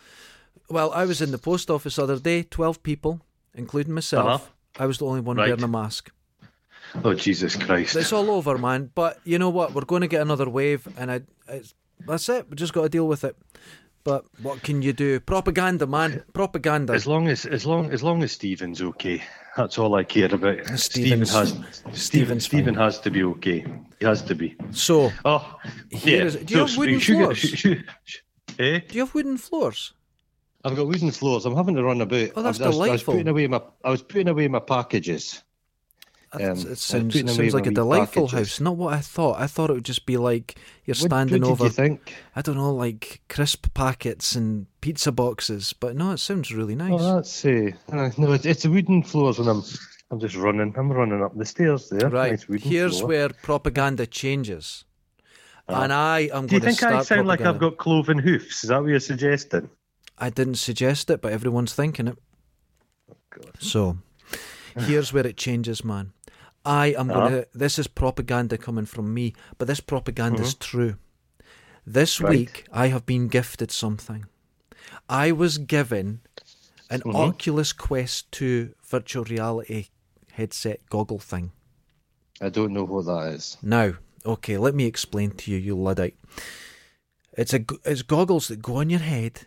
Speaker 1: Well, I was in the post office the other day, 12 people, including myself.
Speaker 2: Uh-huh.
Speaker 1: I was the only one
Speaker 2: Right.
Speaker 1: wearing a mask.
Speaker 2: Oh, Jesus Christ.
Speaker 1: It's all over, man. But you know what? We're going to get another wave, and I, it's, that's it. We just got to deal with it. But what can you do? Propaganda, man. Propaganda.
Speaker 2: As long as as long as long as Stephen's okay, that's all I care about. Stephen
Speaker 1: Stephen's-
Speaker 2: has Stephen
Speaker 1: Stephen's
Speaker 2: Stephen
Speaker 1: fine.
Speaker 2: has to be okay. He has to be.
Speaker 1: So,
Speaker 2: Oh,
Speaker 1: Here
Speaker 2: yeah.
Speaker 1: is- do you have wooden
Speaker 2: should-
Speaker 1: floors?
Speaker 2: should- should- should- eh?
Speaker 1: do you have wooden floors?
Speaker 2: I've got wooden floors. I'm having to run about.
Speaker 1: Oh, that's
Speaker 2: I was, I was- I was
Speaker 1: delightful.
Speaker 2: putting away my I was putting away my packages.
Speaker 1: That's-
Speaker 2: Um,
Speaker 1: it sounds,
Speaker 2: putting
Speaker 1: it
Speaker 2: away
Speaker 1: sounds like
Speaker 2: my
Speaker 1: a
Speaker 2: wee
Speaker 1: delightful
Speaker 2: packages.
Speaker 1: house. Not what I thought. I thought it would just be like you're
Speaker 2: What-
Speaker 1: standing
Speaker 2: what, did
Speaker 1: over,
Speaker 2: you think?
Speaker 1: I don't know, like crisp packets and pizza boxes. But no, it sounds really nice.
Speaker 2: Oh, that's uh, uh, no, it's, it's wooden floors, and I'm I'm just running. I'm running up the stairs there.
Speaker 1: right.
Speaker 2: Nice wooden
Speaker 1: Here's
Speaker 2: floor.
Speaker 1: where propaganda changes. And I am
Speaker 2: Oh. Do you
Speaker 1: going to
Speaker 2: think
Speaker 1: start
Speaker 2: I sound like
Speaker 1: propaganda.
Speaker 2: I've got cloven hoofs? Is that what you're suggesting?
Speaker 1: I didn't suggest it, but everyone's thinking it.
Speaker 2: Oh,
Speaker 1: So, here's where it changes, man. I am
Speaker 2: Uh-huh.
Speaker 1: going to. This is propaganda coming from me, but this propaganda is true. This
Speaker 2: Mm-hmm. Right.
Speaker 1: week, I have been gifted something. I was given an
Speaker 2: Mm-hmm.
Speaker 1: Oculus Quest 2 virtual reality headset goggle thing.
Speaker 2: I don't know what that is.
Speaker 1: Now, okay, let me explain to you, you luddite. It's a g- it's goggles that go on your head,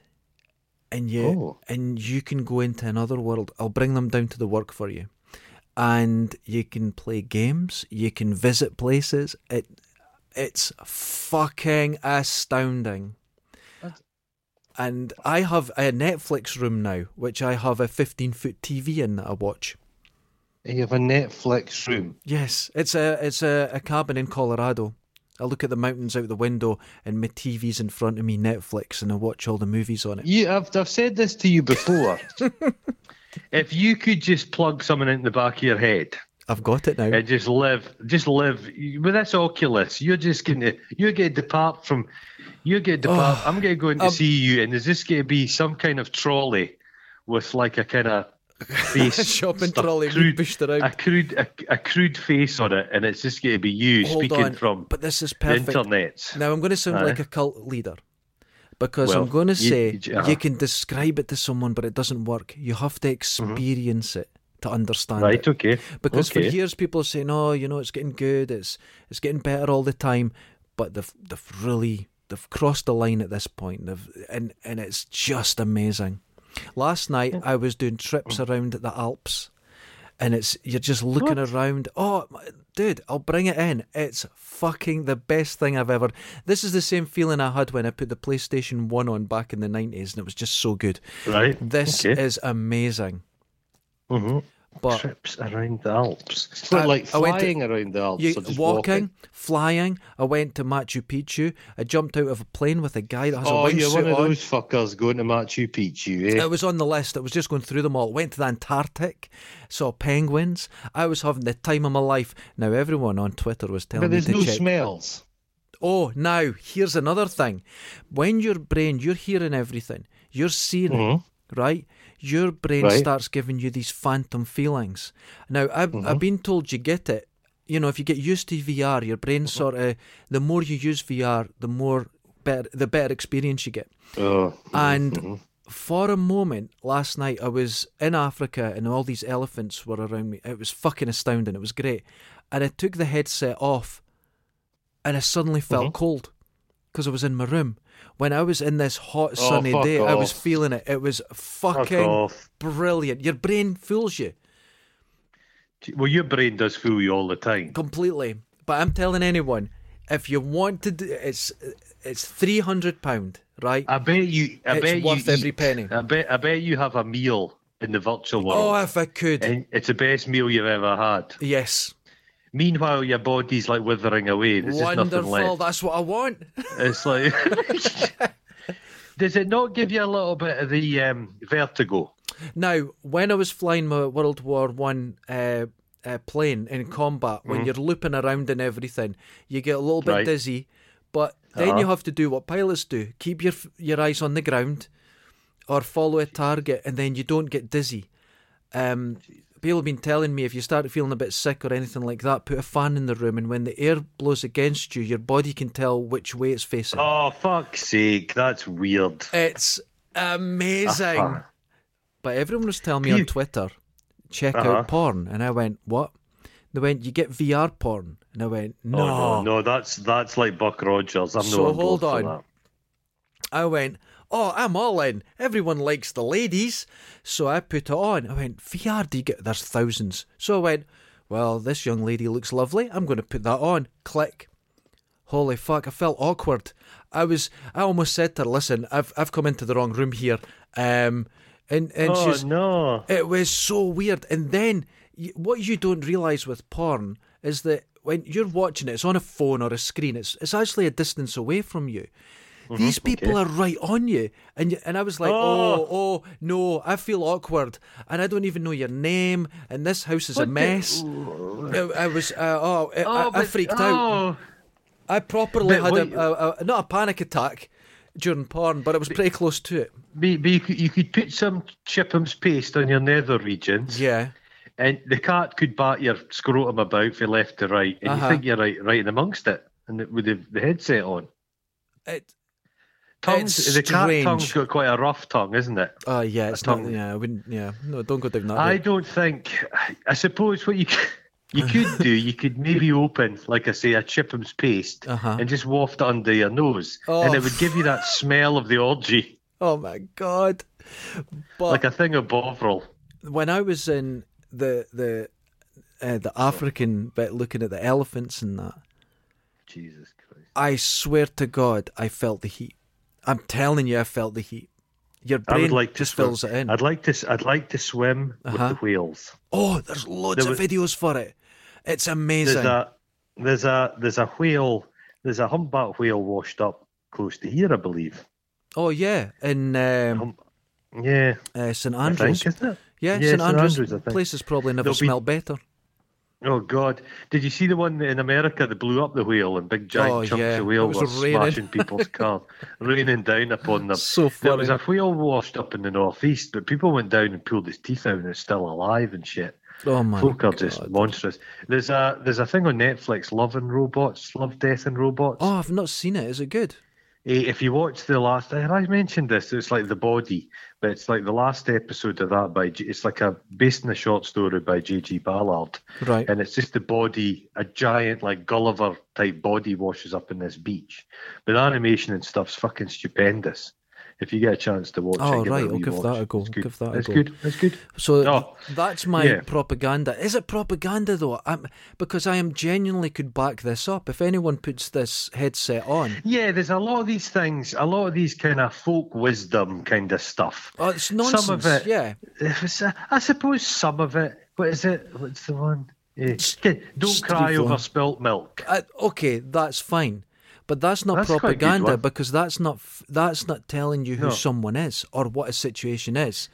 Speaker 1: and you
Speaker 2: Oh.
Speaker 1: and you can go into another world. I'll bring them down to the work for you, and you can play games. You can visit places. It it's fucking astounding. And I have a Netflix room now, which I have a 15 foot TV in that I watch.
Speaker 2: You have a Netflix room.
Speaker 1: Yes, it's a it's a, a cabin in Colorado. I look at the mountains out the window, and my TV's in front of me, Netflix, and I watch all the movies on it.
Speaker 2: You, I've, I've said this to you before. if you could just plug something in the back of your head
Speaker 1: I've got it now.
Speaker 2: and just live, just live with this Oculus, you're just gonna, you're gonna depart from, you're gonna depart. I'm gonna go in to
Speaker 1: um,
Speaker 2: see you, and there's just gonna be some kind of trolley with like a kind of face,
Speaker 1: Shopping
Speaker 2: stuff,
Speaker 1: trolley being
Speaker 2: crude-
Speaker 1: pushed around.
Speaker 2: a crude a, a crude face on it, and it's just going to be you
Speaker 1: Hold
Speaker 2: speaking
Speaker 1: on,
Speaker 2: from
Speaker 1: but this is
Speaker 2: the
Speaker 1: perfect.
Speaker 2: internet.
Speaker 1: Now I'm going to sound
Speaker 2: Aye.
Speaker 1: like a cult leader because
Speaker 2: Well,
Speaker 1: I'm going to
Speaker 2: you-
Speaker 1: say you,
Speaker 2: you- uh-huh. Mm-hmm.
Speaker 1: can describe it to someone, but it doesn't work. You have to experience it to understand
Speaker 2: Right?
Speaker 1: it.
Speaker 2: Okay.
Speaker 1: Because
Speaker 2: okay.
Speaker 1: for years people say, "No, you know, it's getting good. It's it's getting better all the time," but they've they've really they've crossed the line at this point. They've, and and it's just amazing. Last night I was doing trips
Speaker 2: Mm.
Speaker 1: around the Alps, and it's you're just looking around. Oh, my- dude, I'll bring it in. It's fucking the best thing I've ever. This is the same feeling I had when I put the PlayStation One on back in the nineties, and it was just so good.
Speaker 2: right.
Speaker 1: This
Speaker 2: okay.
Speaker 1: is amazing.
Speaker 2: Mhm.
Speaker 1: But
Speaker 2: trips around the Alps.
Speaker 1: I-
Speaker 4: Well, like
Speaker 1: I went to-
Speaker 4: flying around the Alps,
Speaker 1: You,
Speaker 4: or
Speaker 1: walking,
Speaker 4: just walking.
Speaker 1: flying. I went to Machu Picchu. I jumped out of a plane with a guy that has
Speaker 4: Oh,
Speaker 1: a
Speaker 4: you're one
Speaker 1: wingsuit
Speaker 4: of
Speaker 1: on.
Speaker 4: those fuckers going to Machu Picchu, eh?
Speaker 1: It was on the list. It was just going through them all. Went to the Antarctic, saw penguins. I was having the time of my life. Now everyone on Twitter was telling
Speaker 4: But
Speaker 1: me
Speaker 4: there's
Speaker 1: to
Speaker 4: no
Speaker 1: check.
Speaker 4: smells.
Speaker 1: Oh, now here's another thing. When your brain, you're hearing everything, you're seeing it, right? Your brain
Speaker 4: Right.
Speaker 1: starts giving you these phantom feelings. Now, I've, I've been told you get it. You know, if you get used to VR, your brain sort of, the more you use VR, the more better, the better experience you get.
Speaker 4: Oh,
Speaker 1: And for a moment last night, I was in Africa and all these elephants were around me. It was fucking astounding. It was great. And I took the headset off and I suddenly felt cold because I was in my room. When I was in this hot,
Speaker 4: Oh,
Speaker 1: sunny
Speaker 4: fuck
Speaker 1: day, I was
Speaker 4: off.
Speaker 1: feeling it. It was
Speaker 2: Fuck
Speaker 1: fucking
Speaker 2: off.
Speaker 1: brilliant. Your brain fools you
Speaker 2: Well, your brain does fool you all the time.
Speaker 1: completely. But I'm telling anyone, if you want to do it's it's three hundred pound, right?
Speaker 2: I bet you. I
Speaker 1: It's
Speaker 2: bet you
Speaker 1: worth every
Speaker 2: eat.
Speaker 1: penny.
Speaker 2: I bet. I bet you have a meal in the virtual
Speaker 1: oh,
Speaker 2: world,
Speaker 1: if I could,
Speaker 2: and it's the best meal you've ever had.
Speaker 1: yes,
Speaker 2: Meanwhile, your body's like withering away. There's just nothing
Speaker 1: wonderful.
Speaker 2: left.
Speaker 1: That's what I want.
Speaker 2: It's like. Does it not give you a little bit of the um, vertigo?
Speaker 1: Now, when I was flying my World War One uh, uh, plane in combat, when you're looping around and everything, you get a little bit
Speaker 2: Mm-hmm. Right.
Speaker 1: dizzy. But then you
Speaker 2: Uh-huh.
Speaker 1: have to do what pilots do: keep your f- your eyes on the ground, or follow a target, and then you don't get dizzy. Um, people have been telling me if you start feeling a bit sick or anything like that, put a fan in the room, and when the air blows against you, your body can tell which way it's facing.
Speaker 2: Oh fuck's sake! That's weird.
Speaker 1: It's amazing.
Speaker 2: Uh-huh.
Speaker 1: But everyone was telling me on
Speaker 2: You-
Speaker 1: Twitter, check
Speaker 2: Uh-huh.
Speaker 1: out porn. And I went, what? They went, you get VR porn. And I went, no.
Speaker 2: Oh, no, no, that's that's like Buck Rogers. I'm
Speaker 1: So
Speaker 2: not on board
Speaker 1: hold
Speaker 2: for
Speaker 1: on.
Speaker 2: that.
Speaker 1: I went, oh, I'm all in. Everyone likes the ladies. So I put it on. I went, VR, do you get? There's thousands. So I went, well, this young lady looks lovely. I'm going to put that on. Click. Holy fuck, I felt awkward. I was, I almost said to her, listen, I've, I've come into the wrong room here. Um, and, and
Speaker 2: oh
Speaker 1: she's,
Speaker 2: no!
Speaker 1: It was so weird. And then y- what you don't realize with porn is that when you're watching it, it's on a phone or a screen. It's it's actually a distance away from you. These people are right on you, and y- and I was like, Mm-hmm. oh.
Speaker 2: Oh.
Speaker 1: oh, no, I feel awkward, and I don't even know your name, and this house is a mess. I, I was, uh, oh, I- I, I freaked out. I properly
Speaker 2: But
Speaker 1: had
Speaker 2: what you-
Speaker 1: a, a, a not a panic attack during porn, but it was pretty close to it.
Speaker 2: But, but you, could, you could put some Chipham's paste on your nether regions,
Speaker 1: Yeah,
Speaker 2: and the cat could bat your scrotum about from left to right, and
Speaker 1: Uh-huh.
Speaker 2: you think you're right, right in amongst it, and it- with the, the headset on.
Speaker 1: it,
Speaker 2: Tongues,
Speaker 1: It's
Speaker 2: the cat tongue's got
Speaker 1: strange.
Speaker 2: quite a rough tongue, isn't it?
Speaker 1: Uh, yeah, it's not.
Speaker 2: tongue.
Speaker 1: Yeah, I wouldn't. Oh, Yeah, no, don't go down that.
Speaker 2: I
Speaker 1: route.
Speaker 2: don't think. I suppose what you c- you could do, you could maybe open, like I say, a Chipham's paste
Speaker 1: Uh-huh.
Speaker 2: and just waft it under your nose, and
Speaker 1: Oh.
Speaker 2: it would give you that smell of the orgy,
Speaker 1: Oh my god! But
Speaker 2: like a thing of Bovril.
Speaker 1: when I was in the the uh, the African bit, looking at the elephants and that,
Speaker 2: Jesus Christ.
Speaker 1: I swear to God, I felt the heat. I'm telling you, I felt the heat. Your
Speaker 2: I
Speaker 1: brain
Speaker 2: would like to
Speaker 1: just
Speaker 2: swim.
Speaker 1: fills it in.
Speaker 2: I'd like to. s- I'd like to swim
Speaker 1: Uh-huh.
Speaker 2: with the whales.
Speaker 1: Oh, there's loads
Speaker 2: There
Speaker 1: of videos for it. It's
Speaker 2: There's uh,
Speaker 1: amazing.
Speaker 2: a there's a there's a whale. There's a humpback whale washed up close to here, I believe.
Speaker 1: oh yeah, in um,
Speaker 2: Yeah,
Speaker 1: uh, St
Speaker 2: I
Speaker 1: Andrews.
Speaker 2: think isn't it?
Speaker 1: Yeah,
Speaker 2: Yeah,
Speaker 1: St
Speaker 2: St.
Speaker 1: Andrews.
Speaker 2: Andrews, I think.
Speaker 1: Places probably never
Speaker 2: There'll be-
Speaker 1: smell better.
Speaker 2: Oh God! Did you see the one in America that blew up the whale and big giant
Speaker 1: Oh,
Speaker 2: chunks
Speaker 1: yeah.
Speaker 2: of whale
Speaker 1: It was
Speaker 2: were
Speaker 1: raining.
Speaker 2: smashing people's cars, raining down upon them?
Speaker 1: So
Speaker 2: There was
Speaker 1: funny.
Speaker 2: a whale washed up in the northeast, but people went down and pulled his teeth out, and it's still alive and shit.
Speaker 1: Oh my
Speaker 2: Folk are
Speaker 1: god.
Speaker 2: just monstrous. There's a there's a thing on Netflix, Love and Robots, Love, Death and Robots.
Speaker 1: Oh, I've not seen it. Is it good?
Speaker 2: Eh, If you watch the last, and I mentioned this, it's like the body, but it's like the last episode of that by. J- It's like a based on a short story by J.G. Ballard,
Speaker 1: Right.
Speaker 2: and it's just the body, a giant like Gulliver type body washes up in this beach. But the animation and stuff's fucking stupendous. If you get a chance to watch
Speaker 1: Oh,
Speaker 2: it, give
Speaker 1: right,
Speaker 2: it a
Speaker 1: I'll
Speaker 2: wee
Speaker 1: give
Speaker 2: watch.
Speaker 1: that a go,
Speaker 2: It's good.
Speaker 1: give that a
Speaker 2: it's
Speaker 1: go.
Speaker 2: good. It's good.
Speaker 1: So
Speaker 2: Oh,
Speaker 1: that's my
Speaker 2: yeah.
Speaker 1: propaganda. Is it propaganda though? i because I am genuinely could back this up. If anyone puts this headset on,
Speaker 2: Yeah, there's a lot of these things, a lot of these kind of folk wisdom kind of stuff.
Speaker 1: oh, it's
Speaker 2: of
Speaker 1: nonsense.
Speaker 2: it-
Speaker 1: Yeah.
Speaker 2: If it's a- I suppose some of it. What is it? What's the one? Eh, Don't
Speaker 1: Steve
Speaker 2: cry over
Speaker 1: Vaughan.
Speaker 2: spilt milk.
Speaker 1: I, okay, that's fine, but that's not
Speaker 2: That's quite a good
Speaker 1: propaganda
Speaker 2: one.
Speaker 1: because that's not f- that's not telling you who
Speaker 2: No.
Speaker 1: someone is or what a situation is.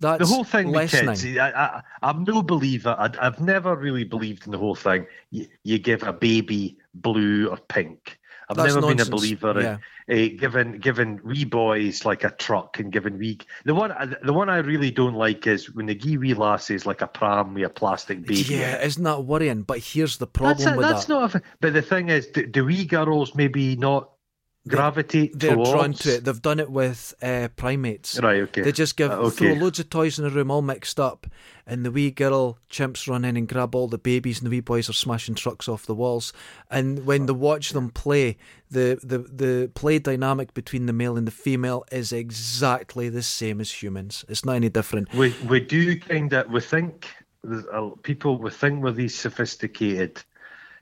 Speaker 1: That's
Speaker 2: The whole thing with
Speaker 1: lessening.
Speaker 2: kids, I, I, I'm no believer. I, I've never really believed in the whole thing. You, you give a baby blue or pink. I've
Speaker 1: That's
Speaker 2: never
Speaker 1: nonsense,
Speaker 2: been a believer in
Speaker 1: yeah.
Speaker 2: eh, giving giving wee boys like a truck and giving wee the one the one I really don't like is when they give wee lassies like a pram with a plastic baby. in it.
Speaker 1: Yeah, isn't that worrying? But here's the
Speaker 2: That's,
Speaker 1: problem
Speaker 2: it,
Speaker 1: with
Speaker 2: that's
Speaker 1: that.
Speaker 2: not. A, f- but the thing is, do, do wee girls maybe not gravitate
Speaker 1: They're
Speaker 2: towards?
Speaker 1: drawn to it. They've done it with uh, primates.
Speaker 2: Right. Okay.
Speaker 1: They just give
Speaker 2: Uh,
Speaker 1: throw
Speaker 2: okay.
Speaker 1: loads of toys in a room all mixed up, and the wee girl chimps run in and grab all the babies, and the wee boys are smashing trucks off the walls. And when they watch them play, the, the, the play dynamic between the male and the female is exactly the same as humans. It's not any different.
Speaker 2: we we do kind of we think there's a- people we think we're these sophisticated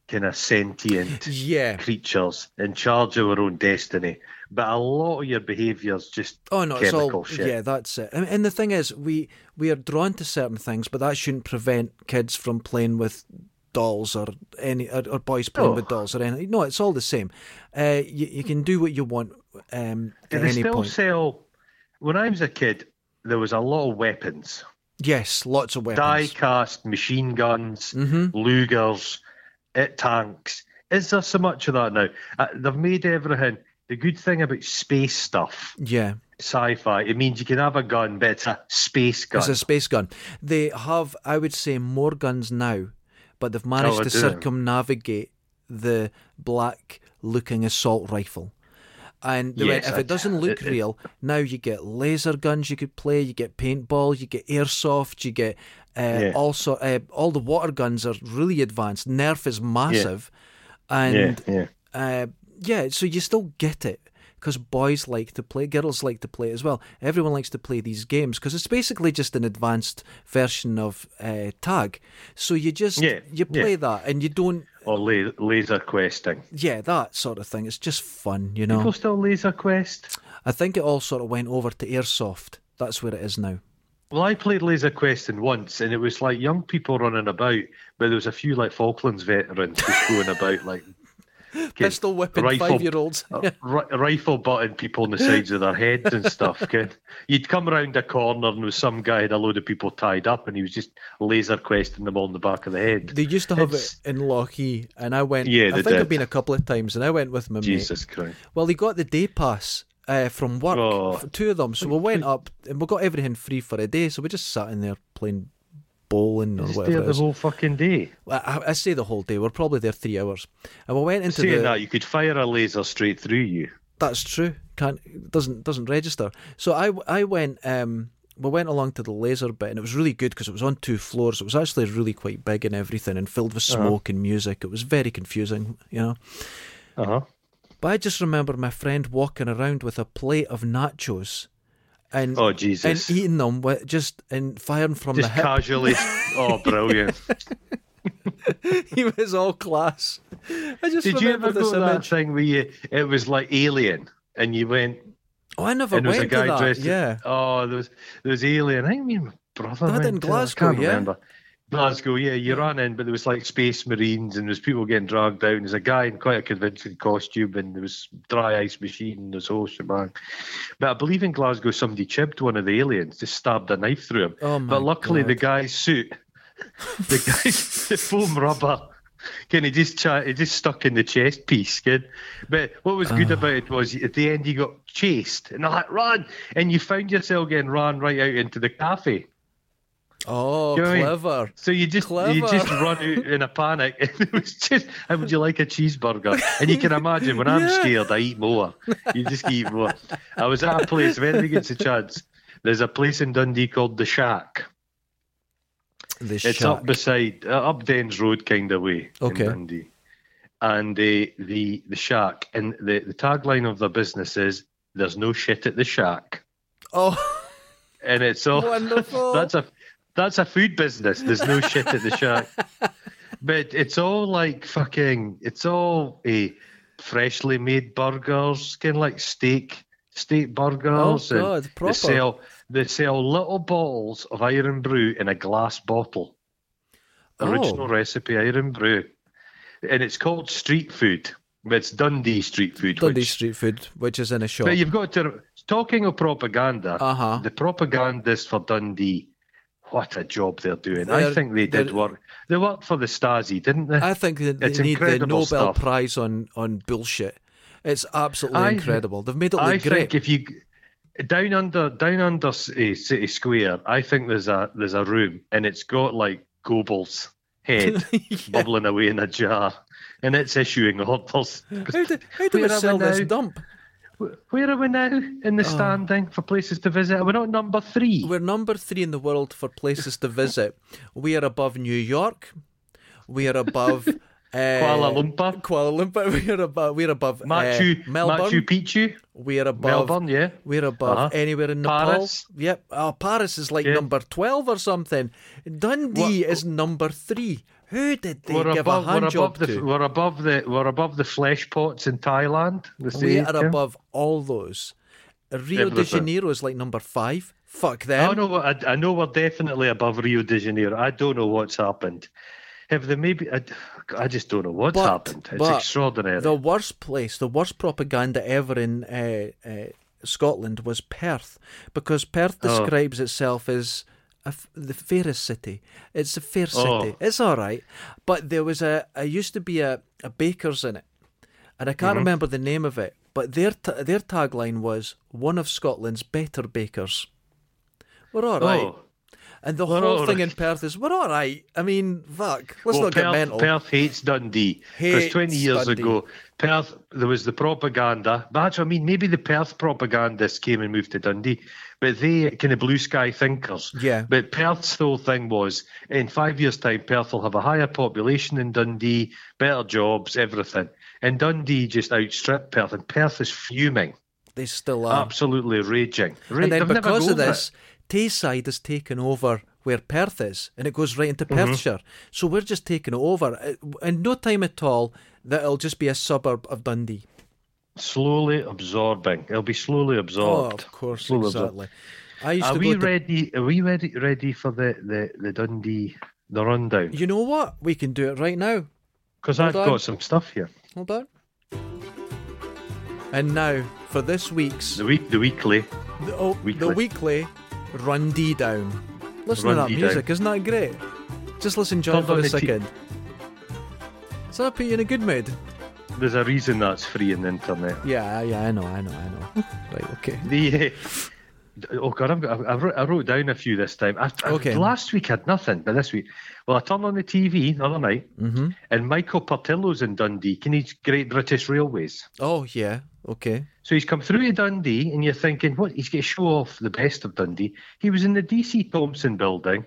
Speaker 2: kind of sentient
Speaker 1: Yeah.
Speaker 2: creatures in charge of our own destiny, but a lot of your behaviours just
Speaker 1: Oh no, it's
Speaker 2: chemical
Speaker 1: all
Speaker 2: shit.
Speaker 1: yeah, that's it. And, and the thing is, we we are drawn to certain things, but that shouldn't prevent kids from playing with dolls or any or, or boys playing
Speaker 2: No.
Speaker 1: with dolls or anything. No, it's all the same. Uh, you, you can do what you want um,
Speaker 2: Do
Speaker 1: at
Speaker 2: they
Speaker 1: any
Speaker 2: still
Speaker 1: point.
Speaker 2: sell? When I was a kid, there was a lot of weapons.
Speaker 1: yes, lots of
Speaker 2: die
Speaker 1: weapons. Mm-hmm.
Speaker 2: cast machine guns, Lugers, it tanks. Is there so much of that now? Uh, they've made everything. The good thing about space stuff,
Speaker 1: Yeah,
Speaker 2: sci-fi, it means you can have a gun, but it's a space gun.
Speaker 1: it's a space gun. They have, I would say, more guns now, but they've managed
Speaker 2: Oh, do
Speaker 1: to
Speaker 2: they?
Speaker 1: circumnavigate the black looking assault rifle. And they went,
Speaker 2: Yes,
Speaker 1: if
Speaker 2: I-
Speaker 1: it doesn't look
Speaker 2: it- it-
Speaker 1: real, now you get laser guns you could play, you get paintball, you get airsoft, you get uh, also uh, all the water guns are really advanced. Nerf is massive, and
Speaker 4: yeah.
Speaker 1: uh, yeah, so you still get it because boys like to play, girls like to play as well. Everyone likes to play these games because it's basically just an advanced version of uh, tag. So you just
Speaker 2: Yeah,
Speaker 1: you
Speaker 2: yeah.
Speaker 1: play that and you don't
Speaker 2: or la- laser questing.
Speaker 1: yeah that sort of thing. It's just fun, you know.
Speaker 2: People still laser quest.
Speaker 1: I think it all sort of went over to airsoft. That's where it is now.
Speaker 2: Well, I played laser questing once, and it was like young people running about, but there was a few like Falklands veterans just going about like kid-
Speaker 1: Pistol whipping
Speaker 2: rifle-
Speaker 1: five year olds.
Speaker 2: uh, ri- rifle butting people on the sides of their heads and stuff. Kid, you'd come round a corner and there was some guy had a load of people tied up, and he was just laser questing them all on the back of the head.
Speaker 1: They used to have
Speaker 2: It's-
Speaker 1: it in Lockheed, and I went.
Speaker 2: Yeah,
Speaker 1: I
Speaker 2: they
Speaker 1: think I've
Speaker 2: did.
Speaker 1: been a couple of times, and I went with my mate.
Speaker 2: Jesus Christ!
Speaker 1: Well, he got the day pass uh, from work,
Speaker 2: Oh.
Speaker 1: f- two of them. So we went up and we got everything free for a day. So we just sat in there playing bowling or
Speaker 2: Just there
Speaker 1: whatever. It
Speaker 2: the
Speaker 1: is.
Speaker 2: whole fucking day.
Speaker 1: I, I- I say the whole day. We're probably there three hours, and we went into
Speaker 2: Saying
Speaker 1: the.
Speaker 2: that, you could fire a laser straight through you.
Speaker 1: That's true. Can't doesn't doesn't register. So I I went um we went along to the laser bit and it was really good because it was on two floors. It was actually really quite big and everything and filled with
Speaker 2: Uh-huh.
Speaker 1: smoke and music. It was very confusing, you know.
Speaker 2: Uh huh.
Speaker 1: But I just remember my friend walking around with a plate of nachos, and
Speaker 2: Oh Jesus!
Speaker 1: and eating them with just and firing from
Speaker 2: just
Speaker 1: the hip.
Speaker 2: casually. oh, brilliant!
Speaker 1: he was all class. I just
Speaker 2: Did you
Speaker 1: remember
Speaker 2: ever go
Speaker 1: this
Speaker 2: to that
Speaker 1: image.
Speaker 2: thing where you, it was like Alien, and you went
Speaker 1: Oh, I never
Speaker 2: and there was
Speaker 1: went
Speaker 2: a
Speaker 1: to
Speaker 2: guy
Speaker 1: that.
Speaker 2: dressed.
Speaker 1: yeah,
Speaker 2: Oh, there was there was alien. I think me and my brother.
Speaker 1: That
Speaker 2: went
Speaker 1: in
Speaker 2: to
Speaker 1: Glasgow,
Speaker 2: I can't
Speaker 1: yeah?
Speaker 2: Remember. Glasgow, yeah, you ran in, but there was like space marines and there was people getting dragged out. And there's a guy in quite a convincing costume, and there was dry ice machine and this whole shebang. But I believe in Glasgow, somebody chipped one of the aliens, just stabbed a knife through him.
Speaker 1: Oh, my
Speaker 2: but luckily, the
Speaker 1: God.
Speaker 2: guy's suit the guy, the foam rubber. Can he just try? He just stuck in the chest piece, kid. But what was
Speaker 1: Ah.
Speaker 2: good about it was at the end you got chased and I like run, and you found yourself getting run right out into the cafe.
Speaker 1: Oh,
Speaker 2: You know what I mean?
Speaker 1: clever.
Speaker 2: So you just you
Speaker 1: Clever.
Speaker 2: just run out in a panic, and it was just, how would you like a cheeseburger? And you can imagine when I'm
Speaker 1: Yeah.
Speaker 2: scared, I eat more. You just eat more. I was at a place. If anybody gets a chance, there's a place in Dundee called the Shack.
Speaker 1: The
Speaker 2: It's
Speaker 1: shark.
Speaker 2: up beside, uh, up Dens Road kind of way
Speaker 1: Okay.
Speaker 2: in Dundee. And the the the shack and the, the tagline of their business is "There's no shit at the shack,"
Speaker 1: oh,
Speaker 2: and it's all
Speaker 1: Wonderful.
Speaker 2: that's a that's a food business. There's no shit at the shack, but it's all like fucking. It's all a freshly made burgers, kind of like steak steak burgers. and
Speaker 1: Oh, God, proper.
Speaker 2: They sell they sell little bottles of iron brew in a glass bottle.
Speaker 1: Oh.
Speaker 2: Original recipe iron brew, and it's called street food. but It's Dundee street food.
Speaker 1: Dundee
Speaker 2: which,
Speaker 1: street food, which is in a shop.
Speaker 2: But you've got to talking of propaganda.
Speaker 1: Uh huh.
Speaker 2: The propagandists for Dundee, what a job they're doing. I
Speaker 1: They're-
Speaker 2: think they did
Speaker 1: they're-
Speaker 2: work. They worked for the Stasi, didn't they?
Speaker 1: I think that they
Speaker 2: It's
Speaker 1: need the
Speaker 2: incredible
Speaker 1: Nobel
Speaker 2: stuff.
Speaker 1: Prize on on bullshit. It's absolutely
Speaker 2: I-
Speaker 1: incredible. They've made it
Speaker 2: I
Speaker 1: look great.
Speaker 2: think if you down under down under C- City Square, I think there's a there's a room and it's got like Goebbels' head bubbling away in a jar, and it's issuing orders.
Speaker 1: How do, how do we
Speaker 2: Where are we
Speaker 1: sell this
Speaker 2: now?
Speaker 1: dump?
Speaker 2: Where are we now in the standing for places to visit? Are we not number three?
Speaker 1: Oh. We're number three in the world for places to visit. We are above New York. We are above uh,
Speaker 2: Kuala Lumpur,
Speaker 1: Kuala Lumpur. We are above. We're above uh,
Speaker 2: Machu
Speaker 1: Melbourne.
Speaker 2: Machu Picchu,
Speaker 1: we are above.
Speaker 2: Melbourne, yeah.
Speaker 1: We're above
Speaker 2: Uh-huh.
Speaker 1: anywhere in Nepal.
Speaker 2: Paris.
Speaker 1: Yep. Oh, Paris is like
Speaker 2: Yeah.
Speaker 1: number twelve or something. Dundee
Speaker 2: What-
Speaker 1: is number three. Who did they
Speaker 2: We're
Speaker 1: give
Speaker 2: above,
Speaker 1: a hand
Speaker 2: we're
Speaker 1: job
Speaker 2: above the
Speaker 1: to?
Speaker 2: we're above the we're above the flesh pots in Thailand. They
Speaker 1: We
Speaker 2: say,
Speaker 1: are
Speaker 2: yeah.
Speaker 1: above all those. Rio de
Speaker 2: Everything. Oh,
Speaker 1: Janeiro is like number five. Fuck
Speaker 2: I
Speaker 1: them.
Speaker 2: know. I, I know we're definitely above Rio de Janeiro. I don't know what's happened. Have they maybe? I, I just don't know what's
Speaker 1: But-
Speaker 2: happened. It's
Speaker 1: but
Speaker 2: extraordinary.
Speaker 1: The worst place, the worst propaganda ever in uh, uh, Scotland was Perth, because Perth
Speaker 2: Oh.
Speaker 1: describes itself as a f the fairest city. It's a fair
Speaker 2: Oh.
Speaker 1: city. It's all right, but there was a, a used to be a, a baker's in it, and I can't
Speaker 2: Mm-hmm.
Speaker 1: remember the name of it. But their t- their tagline was one of Scotland's better bakers. We're all right.
Speaker 2: Oh,
Speaker 1: And the
Speaker 2: We're
Speaker 1: whole
Speaker 2: all
Speaker 1: thing
Speaker 2: right.
Speaker 1: in Perth is we're all right. I mean, fuck. Let's
Speaker 2: well,
Speaker 1: not
Speaker 2: Perth,
Speaker 1: get mental.
Speaker 2: Perth hates Dundee because
Speaker 1: Hates
Speaker 2: twenty years
Speaker 1: Dundee.
Speaker 2: ago, Perth there was the propaganda. But That's what I mean. Maybe the Perth propagandists came and moved to Dundee, but they kind of blue sky thinkers.
Speaker 1: Yeah.
Speaker 2: But Perth's whole thing was in five years' time, Perth will have a higher population than Dundee, better jobs, everything. And Dundee just outstripped Perth, and Perth is fuming.
Speaker 1: They still are.
Speaker 2: absolutely raging. Ra-
Speaker 1: Ah. and then
Speaker 2: they've never
Speaker 1: because of
Speaker 2: go over
Speaker 1: this, Tayside has taken over where Perth is, and it goes right into
Speaker 2: Mm-hmm.
Speaker 1: Perthshire. So we're just taking it over. Uh, In no time at all, that it'll just be a suburb of Dundee.
Speaker 2: it. slowly absorbing. It'll be slowly
Speaker 1: Oh,
Speaker 2: absorbed.
Speaker 1: of course,
Speaker 2: Slowly absorbed.
Speaker 1: exactly. I used
Speaker 2: Are
Speaker 1: to
Speaker 2: we
Speaker 1: go to-
Speaker 2: ready? Are we ready? Ready for the the, the Dundee the rundown?
Speaker 1: You know what? We can do it right now.
Speaker 2: Because
Speaker 1: hold
Speaker 2: I've
Speaker 1: on.
Speaker 2: got some stuff here.
Speaker 1: Hold on. And now for this week's
Speaker 2: The week the weekly.
Speaker 1: The, oh, the
Speaker 2: Weekly.
Speaker 1: weekly Run D Down. Listen
Speaker 2: Run
Speaker 1: to that
Speaker 2: D
Speaker 1: music, isn't that great? Just listen, John,
Speaker 2: Hold
Speaker 1: for
Speaker 2: on
Speaker 1: a
Speaker 2: the tea-
Speaker 1: second. Does that put you in a good mood?
Speaker 2: There's a reason that's free in the internet.
Speaker 1: Yeah, yeah, I know, I know, I know. right, okay.
Speaker 2: The uh, oh god, I've got, I, wrote, I wrote down a few this time. I, I-
Speaker 1: Okay.
Speaker 2: Last week had nothing, but this week, well, I turned on the TV the other night,
Speaker 1: hmm
Speaker 2: and Michael Portillo's in Dundee. Can he Great British Railways?
Speaker 1: Oh, yeah, okay.
Speaker 2: So he's come through to Dundee, and you're thinking, what? He's going to show off the best of Dundee. He was in the DC Thompson building,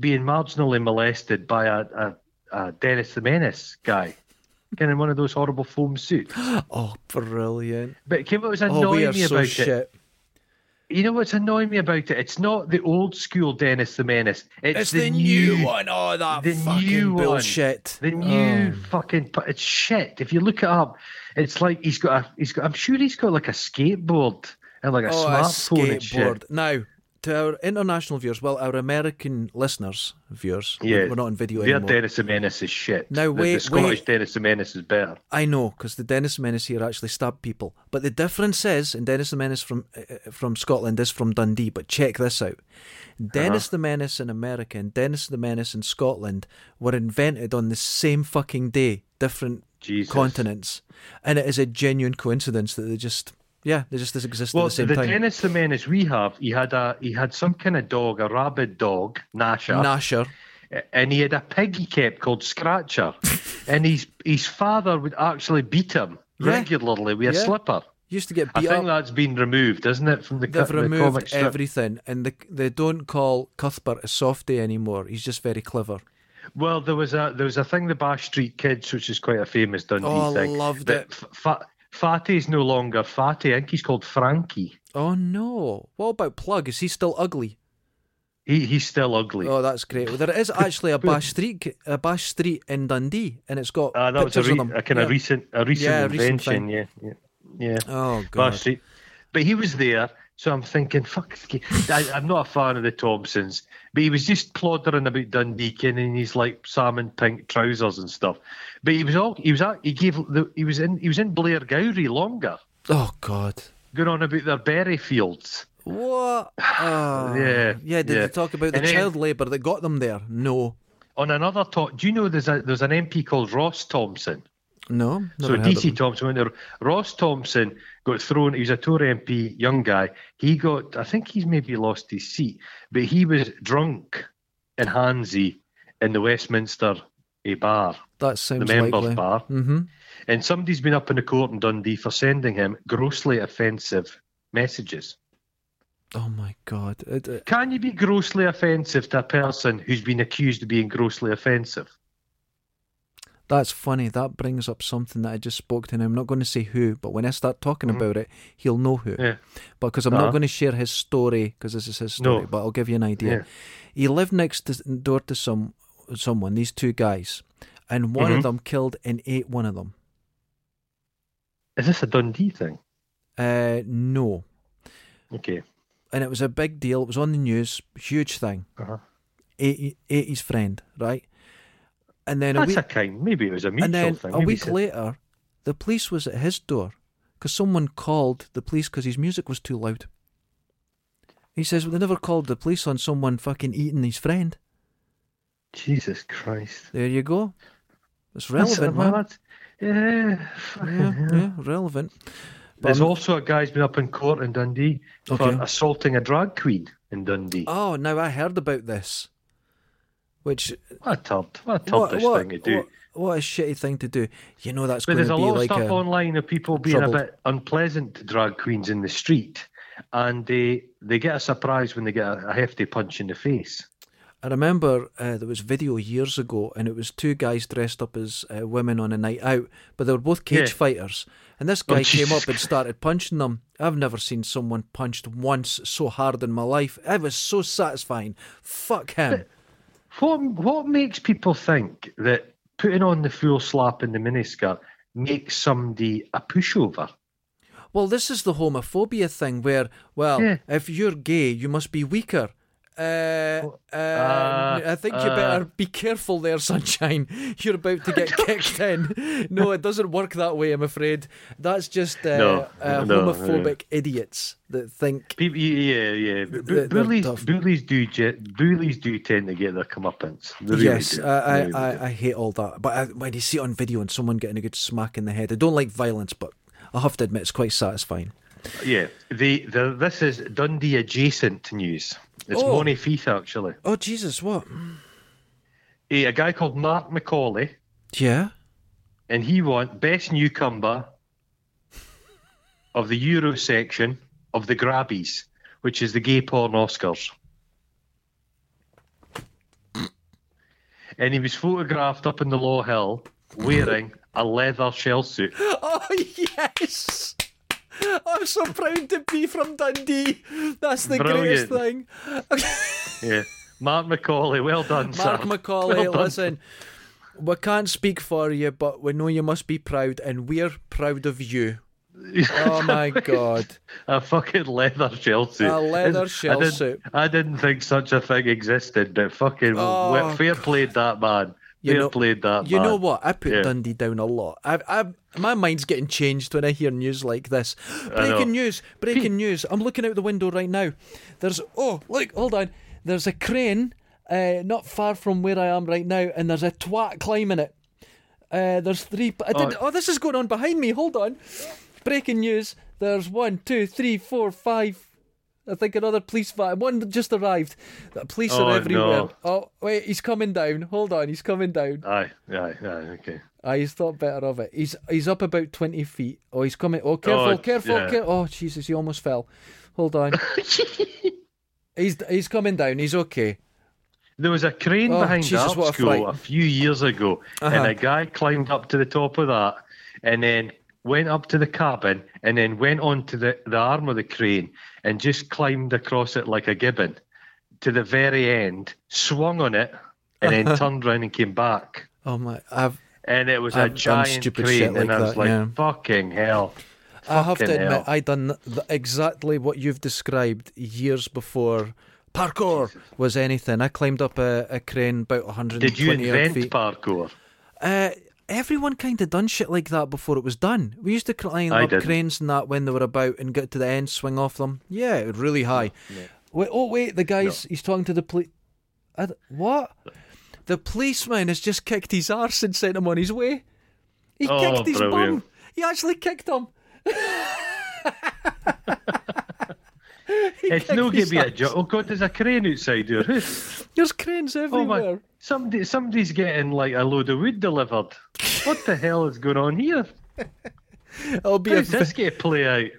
Speaker 2: being marginally molested by a, a, a Dennis the Menace guy, kind of one of those horrible foam suits.
Speaker 1: Oh, brilliant.
Speaker 2: But it came what was
Speaker 1: Oh, we
Speaker 2: annoying
Speaker 1: are
Speaker 2: me
Speaker 1: so
Speaker 2: about
Speaker 1: shit.
Speaker 2: it. You know what's annoying me about it? It's not the old school Dennis the Menace. It's,
Speaker 1: It's
Speaker 2: the,
Speaker 1: the, new one. Oh, that
Speaker 2: the
Speaker 1: fucking
Speaker 2: new one.
Speaker 1: bullshit.
Speaker 2: The
Speaker 1: Oh.
Speaker 2: new fucking pu- it's shit. If you look it up, it's like he's got a he's got. I'm sure he's got like a skateboard and like a
Speaker 1: Oh, oh, a
Speaker 2: smartphone and shit.
Speaker 1: skateboard. Now, to our international viewers, well, our American listeners, viewers,
Speaker 2: Yeah.
Speaker 1: we're not on video
Speaker 2: Their
Speaker 1: anymore.
Speaker 2: Dennis the Menace is shit.
Speaker 1: Now,
Speaker 2: The- the,
Speaker 1: wait,
Speaker 2: Scottish
Speaker 1: wait.
Speaker 2: Dennis the Menace is better.
Speaker 1: I know, because the Dennis Menace here actually stabbed people. But the difference is, and Dennis the Menace from uh, uh, from Scotland is from Dundee. But check this out:
Speaker 2: Uh-huh.
Speaker 1: Dennis the Menace in America and Dennis the Menace in Scotland were invented on the same fucking day, different
Speaker 2: Jesus.
Speaker 1: continents, and it is a genuine coincidence that they just yeah they just exist
Speaker 2: Well,
Speaker 1: at the same
Speaker 2: the
Speaker 1: time.
Speaker 2: Dennis the Menace we have, he had a he had some kind of dog, a rabid dog, Nasher,
Speaker 1: Nasher.
Speaker 2: and he had a pig he kept called Scratcher, and his his father would actually beat him
Speaker 1: Yeah.
Speaker 2: regularly with
Speaker 1: Yeah.
Speaker 2: a slipper.
Speaker 1: Used to get
Speaker 2: I
Speaker 1: beat
Speaker 2: think
Speaker 1: up.
Speaker 2: that's been removed, isn't it, from the, co-
Speaker 1: They've
Speaker 2: the comic
Speaker 1: removed
Speaker 2: strip?
Speaker 1: everything, and the, they don't call Cuthbert a softie anymore. He's just very clever.
Speaker 2: Well, there was a there was a thing the Bash Street Kids, which is quite a famous Dundee
Speaker 1: Oh, I
Speaker 2: thing.
Speaker 1: loved
Speaker 2: that
Speaker 1: it.
Speaker 2: F- fa- Fatty's no longer Fatty. I think he's called Frankie.
Speaker 1: Oh no! What about Plug? Is he still ugly?
Speaker 2: He he's still ugly.
Speaker 1: Oh, that's great. Well, there is actually a Bash Street, ki- a Bash Street in Dundee, and it's got
Speaker 2: uh, that was a,
Speaker 1: pictures
Speaker 2: re-
Speaker 1: of them.
Speaker 2: a kind of
Speaker 1: Yeah.
Speaker 2: recent a recent
Speaker 1: Yeah, a recent
Speaker 2: invention.
Speaker 1: thing.
Speaker 2: yeah, yeah, yeah.
Speaker 1: Oh god.
Speaker 2: Bash Street. But he was there, so I'm thinking, fuck. this guy- I, I'm not a fan of the Thompsons, but he was just ploddering about Dundee, kind of in his like salmon pink trousers and stuff. But he was all he was at- he gave the, he was in he was in Blair Gowrie longer.
Speaker 1: Oh god.
Speaker 2: going on about their berry fields.
Speaker 1: What? Ah.
Speaker 2: Yeah,
Speaker 1: Yeah. Did
Speaker 2: yeah.
Speaker 1: they talk about the
Speaker 2: And then-
Speaker 1: child labour that got them there? No.
Speaker 2: On another talk, do you know there's a there's an MP called Ross Thompson?
Speaker 1: No. Never
Speaker 2: so
Speaker 1: heard of
Speaker 2: DC
Speaker 1: them.
Speaker 2: Thompson went there. Ross Thompson got thrown. He was a Tory MP, young guy. He got, I think he's maybe lost his seat, but he was drunk in Hansey in the Westminster a bar,
Speaker 1: That
Speaker 2: the
Speaker 1: sounds
Speaker 2: members
Speaker 1: likely.
Speaker 2: bar,
Speaker 1: Mm-hmm.
Speaker 2: and somebody's been up in the court in Dundee for sending him grossly offensive messages.
Speaker 1: Oh my god. It, it-
Speaker 2: Can you be grossly offensive to a person who's been accused of being grossly offensive?
Speaker 1: that's funny. That brings up something that I just spoke to, and I'm not going to say who, but when I start talking about it, he'll know who.
Speaker 2: Mm-hmm. Yeah.
Speaker 1: because I'm
Speaker 2: Uh-huh.
Speaker 1: not going to share his story because this is his story,
Speaker 2: No.
Speaker 1: but I'll give you an idea.
Speaker 2: Yeah.
Speaker 1: He lived next to, door to some someone, these two guys, and one of
Speaker 2: Mhm.
Speaker 1: them killed and ate one of them.
Speaker 2: Is this a Dundee thing?
Speaker 1: Uh, no,
Speaker 2: Okay.
Speaker 1: and it was a big deal. It was on the news, huge thing.
Speaker 2: Uh-huh.
Speaker 1: Ate, ate his friend, right? And then
Speaker 2: That's
Speaker 1: a
Speaker 2: a
Speaker 1: week,
Speaker 2: kind. Maybe it was a mutual
Speaker 1: and then
Speaker 2: thing.
Speaker 1: a
Speaker 2: Maybe
Speaker 1: week
Speaker 2: it's a-
Speaker 1: later, the police was at his door because someone called the police because his music was too loud. He says, "Well, they never called the police on someone fucking eating his friend."
Speaker 2: Jesus Christ.
Speaker 1: There you go. It's
Speaker 2: That's-
Speaker 1: relevant,
Speaker 2: well,
Speaker 1: man.
Speaker 2: that's- Yeah. fucking
Speaker 1: Yeah,
Speaker 2: hell.
Speaker 1: yeah, relevant.
Speaker 2: There's
Speaker 1: um,
Speaker 2: also a guy's been up in court in Dundee
Speaker 1: Okay.
Speaker 2: for assaulting a drag queen in Dundee.
Speaker 1: Oh, now I heard about this. Which
Speaker 2: what a tub. What a
Speaker 1: what,
Speaker 2: tubbish
Speaker 1: what-
Speaker 2: thing to do.
Speaker 1: what- what a shitty thing to do. You know that's
Speaker 2: But
Speaker 1: going
Speaker 2: there's
Speaker 1: to
Speaker 2: a
Speaker 1: be
Speaker 2: lot of
Speaker 1: like
Speaker 2: stuff
Speaker 1: a,
Speaker 2: online of people being
Speaker 1: troubled.
Speaker 2: a bit unpleasant to drag queens in the street, and they they get a surprise when they get a, a hefty punch in the face.
Speaker 1: I remember uh, there was video years ago, and it was two guys dressed up as uh, women on a night out, but they were both cage
Speaker 2: Yeah. Oh,
Speaker 1: fighters. And this guy came
Speaker 2: Jesus
Speaker 1: up and started punching them. I've never seen someone punched once so hard in my life. It was so satisfying. Fuck him.
Speaker 2: What what makes people think that putting on the full slap in the miniskirt makes somebody a pushover?
Speaker 1: Well, this is the homophobia thing where, well,
Speaker 2: Yeah.
Speaker 1: if you're gay, you must be weaker. Uh, uh,
Speaker 2: uh,
Speaker 1: I think you
Speaker 2: uh.
Speaker 1: better be careful there, sunshine. You're about to get kicked in. No, it doesn't work that way, I'm afraid. That's just uh,
Speaker 2: No,
Speaker 1: uh,
Speaker 2: no,
Speaker 1: homophobic idiots that think.
Speaker 2: People, yeah, yeah. Bu-
Speaker 1: They're-
Speaker 2: bu-
Speaker 1: they're
Speaker 2: Bullies,
Speaker 1: tough.
Speaker 2: bullies do ge- bullies do tend to get their comeuppance. They really
Speaker 1: yes,
Speaker 2: do.
Speaker 1: I, I,
Speaker 2: They really do.
Speaker 1: I, I hate all that. But I, when you see it on video and someone getting a good smack in the head, I don't like violence, but I have to admit it's quite satisfying.
Speaker 2: yeah. The, the this is Dundee adjacent news. It's
Speaker 1: Oh.
Speaker 2: Monty Feith actually.
Speaker 1: Oh, Jesus, what?
Speaker 2: Eh, A guy called Mark McCauley.
Speaker 1: Yeah?
Speaker 2: and he won best newcomer of the Euro section of the Grabbies, which is the gay porn Oscars. And he was photographed up in the Law Hill wearing a leather shell suit.
Speaker 1: Oh yes! I'm so proud to be from Dundee. That's the greatest thing.
Speaker 2: Yeah. Mark McCauley, well done,
Speaker 1: Mark
Speaker 2: sir.
Speaker 1: Macaulay,
Speaker 2: Well done.
Speaker 1: listen, we can't speak for you, but we know you must be proud, and we're proud of you. Oh my god.
Speaker 2: a fucking leather shell suit.
Speaker 1: A leather
Speaker 2: And
Speaker 1: shell
Speaker 2: I didn't,
Speaker 1: suit.
Speaker 2: I didn't think such a thing existed, but fucking
Speaker 1: Oh,
Speaker 2: well, fair played that man.
Speaker 1: You
Speaker 2: fair
Speaker 1: know-
Speaker 2: played that
Speaker 1: You
Speaker 2: man.
Speaker 1: know what? I put
Speaker 2: Yeah.
Speaker 1: Dundee down a lot. I, I, my mind's getting changed when I hear news like this.
Speaker 2: know.
Speaker 1: Breaking news! Breaking news! I'm looking out the window right now. There's oh look, hold on. There's a crane uh, not far from where I am right now, and there's a twat climbing it. Uh, there's three. I did, oh. this is going on behind me. Hold on. Breaking news. There's one, two, three, four, five. I think another police van. One just arrived. The police
Speaker 2: Oh,
Speaker 1: are everywhere.
Speaker 2: no.
Speaker 1: Oh wait, he's coming down. Hold on, he's coming down.
Speaker 2: Aye, aye, aye. Okay.
Speaker 1: Ah, he's thought better of it. He's he's up about twenty feet. Oh, he's coming. Oh, careful,
Speaker 2: Oh,
Speaker 1: careful,
Speaker 2: yeah.
Speaker 1: care- Oh, Jesus, he almost fell. Hold on. he's he's coming down. He's okay.
Speaker 2: There was a crane
Speaker 1: Oh,
Speaker 2: behind
Speaker 1: Jesus,
Speaker 2: art
Speaker 1: what a
Speaker 2: school
Speaker 1: fright.
Speaker 2: a, few years ago,
Speaker 1: Uh-huh.
Speaker 2: and a guy climbed up to the top of that, and then went up to the cabin, and then went onto the, the arm of the crane, and just climbed across it like a gibbon to the very end, swung on it, and then turned round and came back.
Speaker 1: Oh my! I've
Speaker 2: And it was
Speaker 1: I've
Speaker 2: a
Speaker 1: done
Speaker 2: giant
Speaker 1: stupid
Speaker 2: crane,
Speaker 1: shit like
Speaker 2: and I was
Speaker 1: that,
Speaker 2: like,
Speaker 1: yeah.
Speaker 2: "Fucking hell!"
Speaker 1: I have to
Speaker 2: Fucking
Speaker 1: admit
Speaker 2: hell.
Speaker 1: I done the, exactly what you've described years before parkour was anything. I climbed up a, a crane about one hundred and
Speaker 2: Did you
Speaker 1: twenty
Speaker 2: invent
Speaker 1: feet.
Speaker 2: parkour?
Speaker 1: Uh, everyone kind of done shit like that before it was done. We used to climb
Speaker 2: I
Speaker 1: up
Speaker 2: didn't.
Speaker 1: cranes and that when they were about and get to the end, swing off them. Yeah, really high. Wait, oh wait, the guy's he's talking to the police. What? The policeman has just kicked his arse and sent him on his way. He
Speaker 2: Oh,
Speaker 1: kicked his bum.
Speaker 2: brilliant.
Speaker 1: He actually kicked him.
Speaker 2: It's no give me a job. Oh God, there's a crane outside your house.
Speaker 1: There's cranes
Speaker 2: Oh my!
Speaker 1: everywhere.
Speaker 2: Somebody, somebody's getting like a load of wood delivered. What the hell is going on here?
Speaker 1: It'll be a
Speaker 2: How's this going to play out?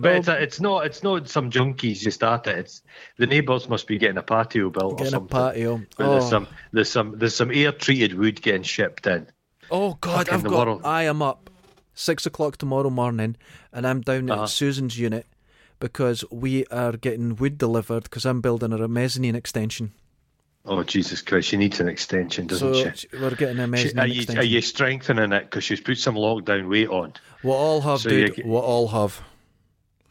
Speaker 2: But it's, a, it's not. It's not some junkies just at it. It's the neighbours must be getting a patio built or
Speaker 1: Getting a
Speaker 2: something.
Speaker 1: patio.
Speaker 2: Where There's
Speaker 1: Oh.
Speaker 2: some. There's some. There's some air treated wood getting shipped in.
Speaker 1: Oh God,
Speaker 2: Fucking
Speaker 1: I've
Speaker 2: the
Speaker 1: got.
Speaker 2: world.
Speaker 1: I am up six o'clock tomorrow morning, and I'm down
Speaker 2: Uh-huh.
Speaker 1: at Susan's unit because we are getting wood delivered because I'm building her a mezzanine extension.
Speaker 2: Oh Jesus Christ! She needs an extension, doesn't
Speaker 1: So
Speaker 2: she?
Speaker 1: sh- we're getting a
Speaker 2: She-
Speaker 1: mezzanine
Speaker 2: Are you,
Speaker 1: extension.
Speaker 2: are you strengthening it because she's put some lockdown weight on?
Speaker 1: We'll all have,
Speaker 2: So you
Speaker 1: dude.
Speaker 2: get-
Speaker 1: We'll all have.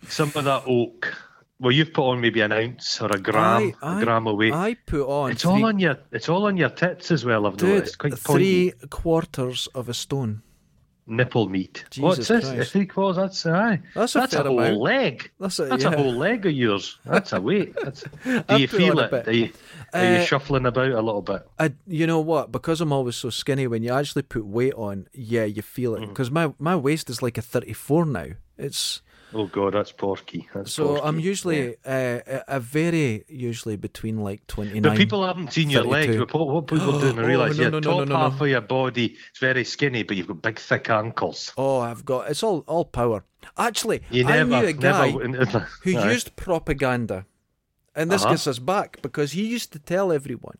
Speaker 2: Some of that oak. Well, you've put on maybe an ounce or a gram,
Speaker 1: I, I,
Speaker 2: a gram of weight.
Speaker 1: I put on.
Speaker 2: It's
Speaker 1: three,
Speaker 2: all on your it's all on your tits as well. I've
Speaker 1: dude,
Speaker 2: noticed. Quite pointy
Speaker 1: three quarters of a stone.
Speaker 2: nipple meat.
Speaker 1: Jesus
Speaker 2: What's this?
Speaker 1: Christ.
Speaker 2: Three quarters. That's aye.
Speaker 1: That's a fair
Speaker 2: whole
Speaker 1: amount.
Speaker 2: leg.
Speaker 1: That's a-
Speaker 2: That's
Speaker 1: yeah.
Speaker 2: a whole leg of yours. That's a weight. That's, do
Speaker 1: I
Speaker 2: you
Speaker 1: put
Speaker 2: feel
Speaker 1: on a
Speaker 2: it?
Speaker 1: bit.
Speaker 2: Are you, are you
Speaker 1: Uh,
Speaker 2: shuffling about a little bit?
Speaker 1: I, you know what? Because I'm always so skinny, when you actually put weight on, yeah, you feel
Speaker 2: Mm-hmm.
Speaker 1: it. Because my, my waist is like a 34 now. It's
Speaker 2: Oh god, that's porky. That's
Speaker 1: So I'm
Speaker 2: porky.
Speaker 1: usually uh, I I vary usually between like 29.
Speaker 2: But people haven't seen your legs.
Speaker 1: 32.
Speaker 2: But What, what people do
Speaker 1: Oh,
Speaker 2: not realise
Speaker 1: no,
Speaker 2: your
Speaker 1: no, no,
Speaker 2: top
Speaker 1: no, no, no.
Speaker 2: half of your body is very skinny, but you've got big thick ankles.
Speaker 1: oh, I've got it's all all power. Actually,
Speaker 2: You
Speaker 1: I
Speaker 2: never,
Speaker 1: knew a guy
Speaker 2: never
Speaker 1: who
Speaker 2: Aye.
Speaker 1: used propaganda, and this
Speaker 2: Uh-huh.
Speaker 1: gets us back because he used to tell everyone,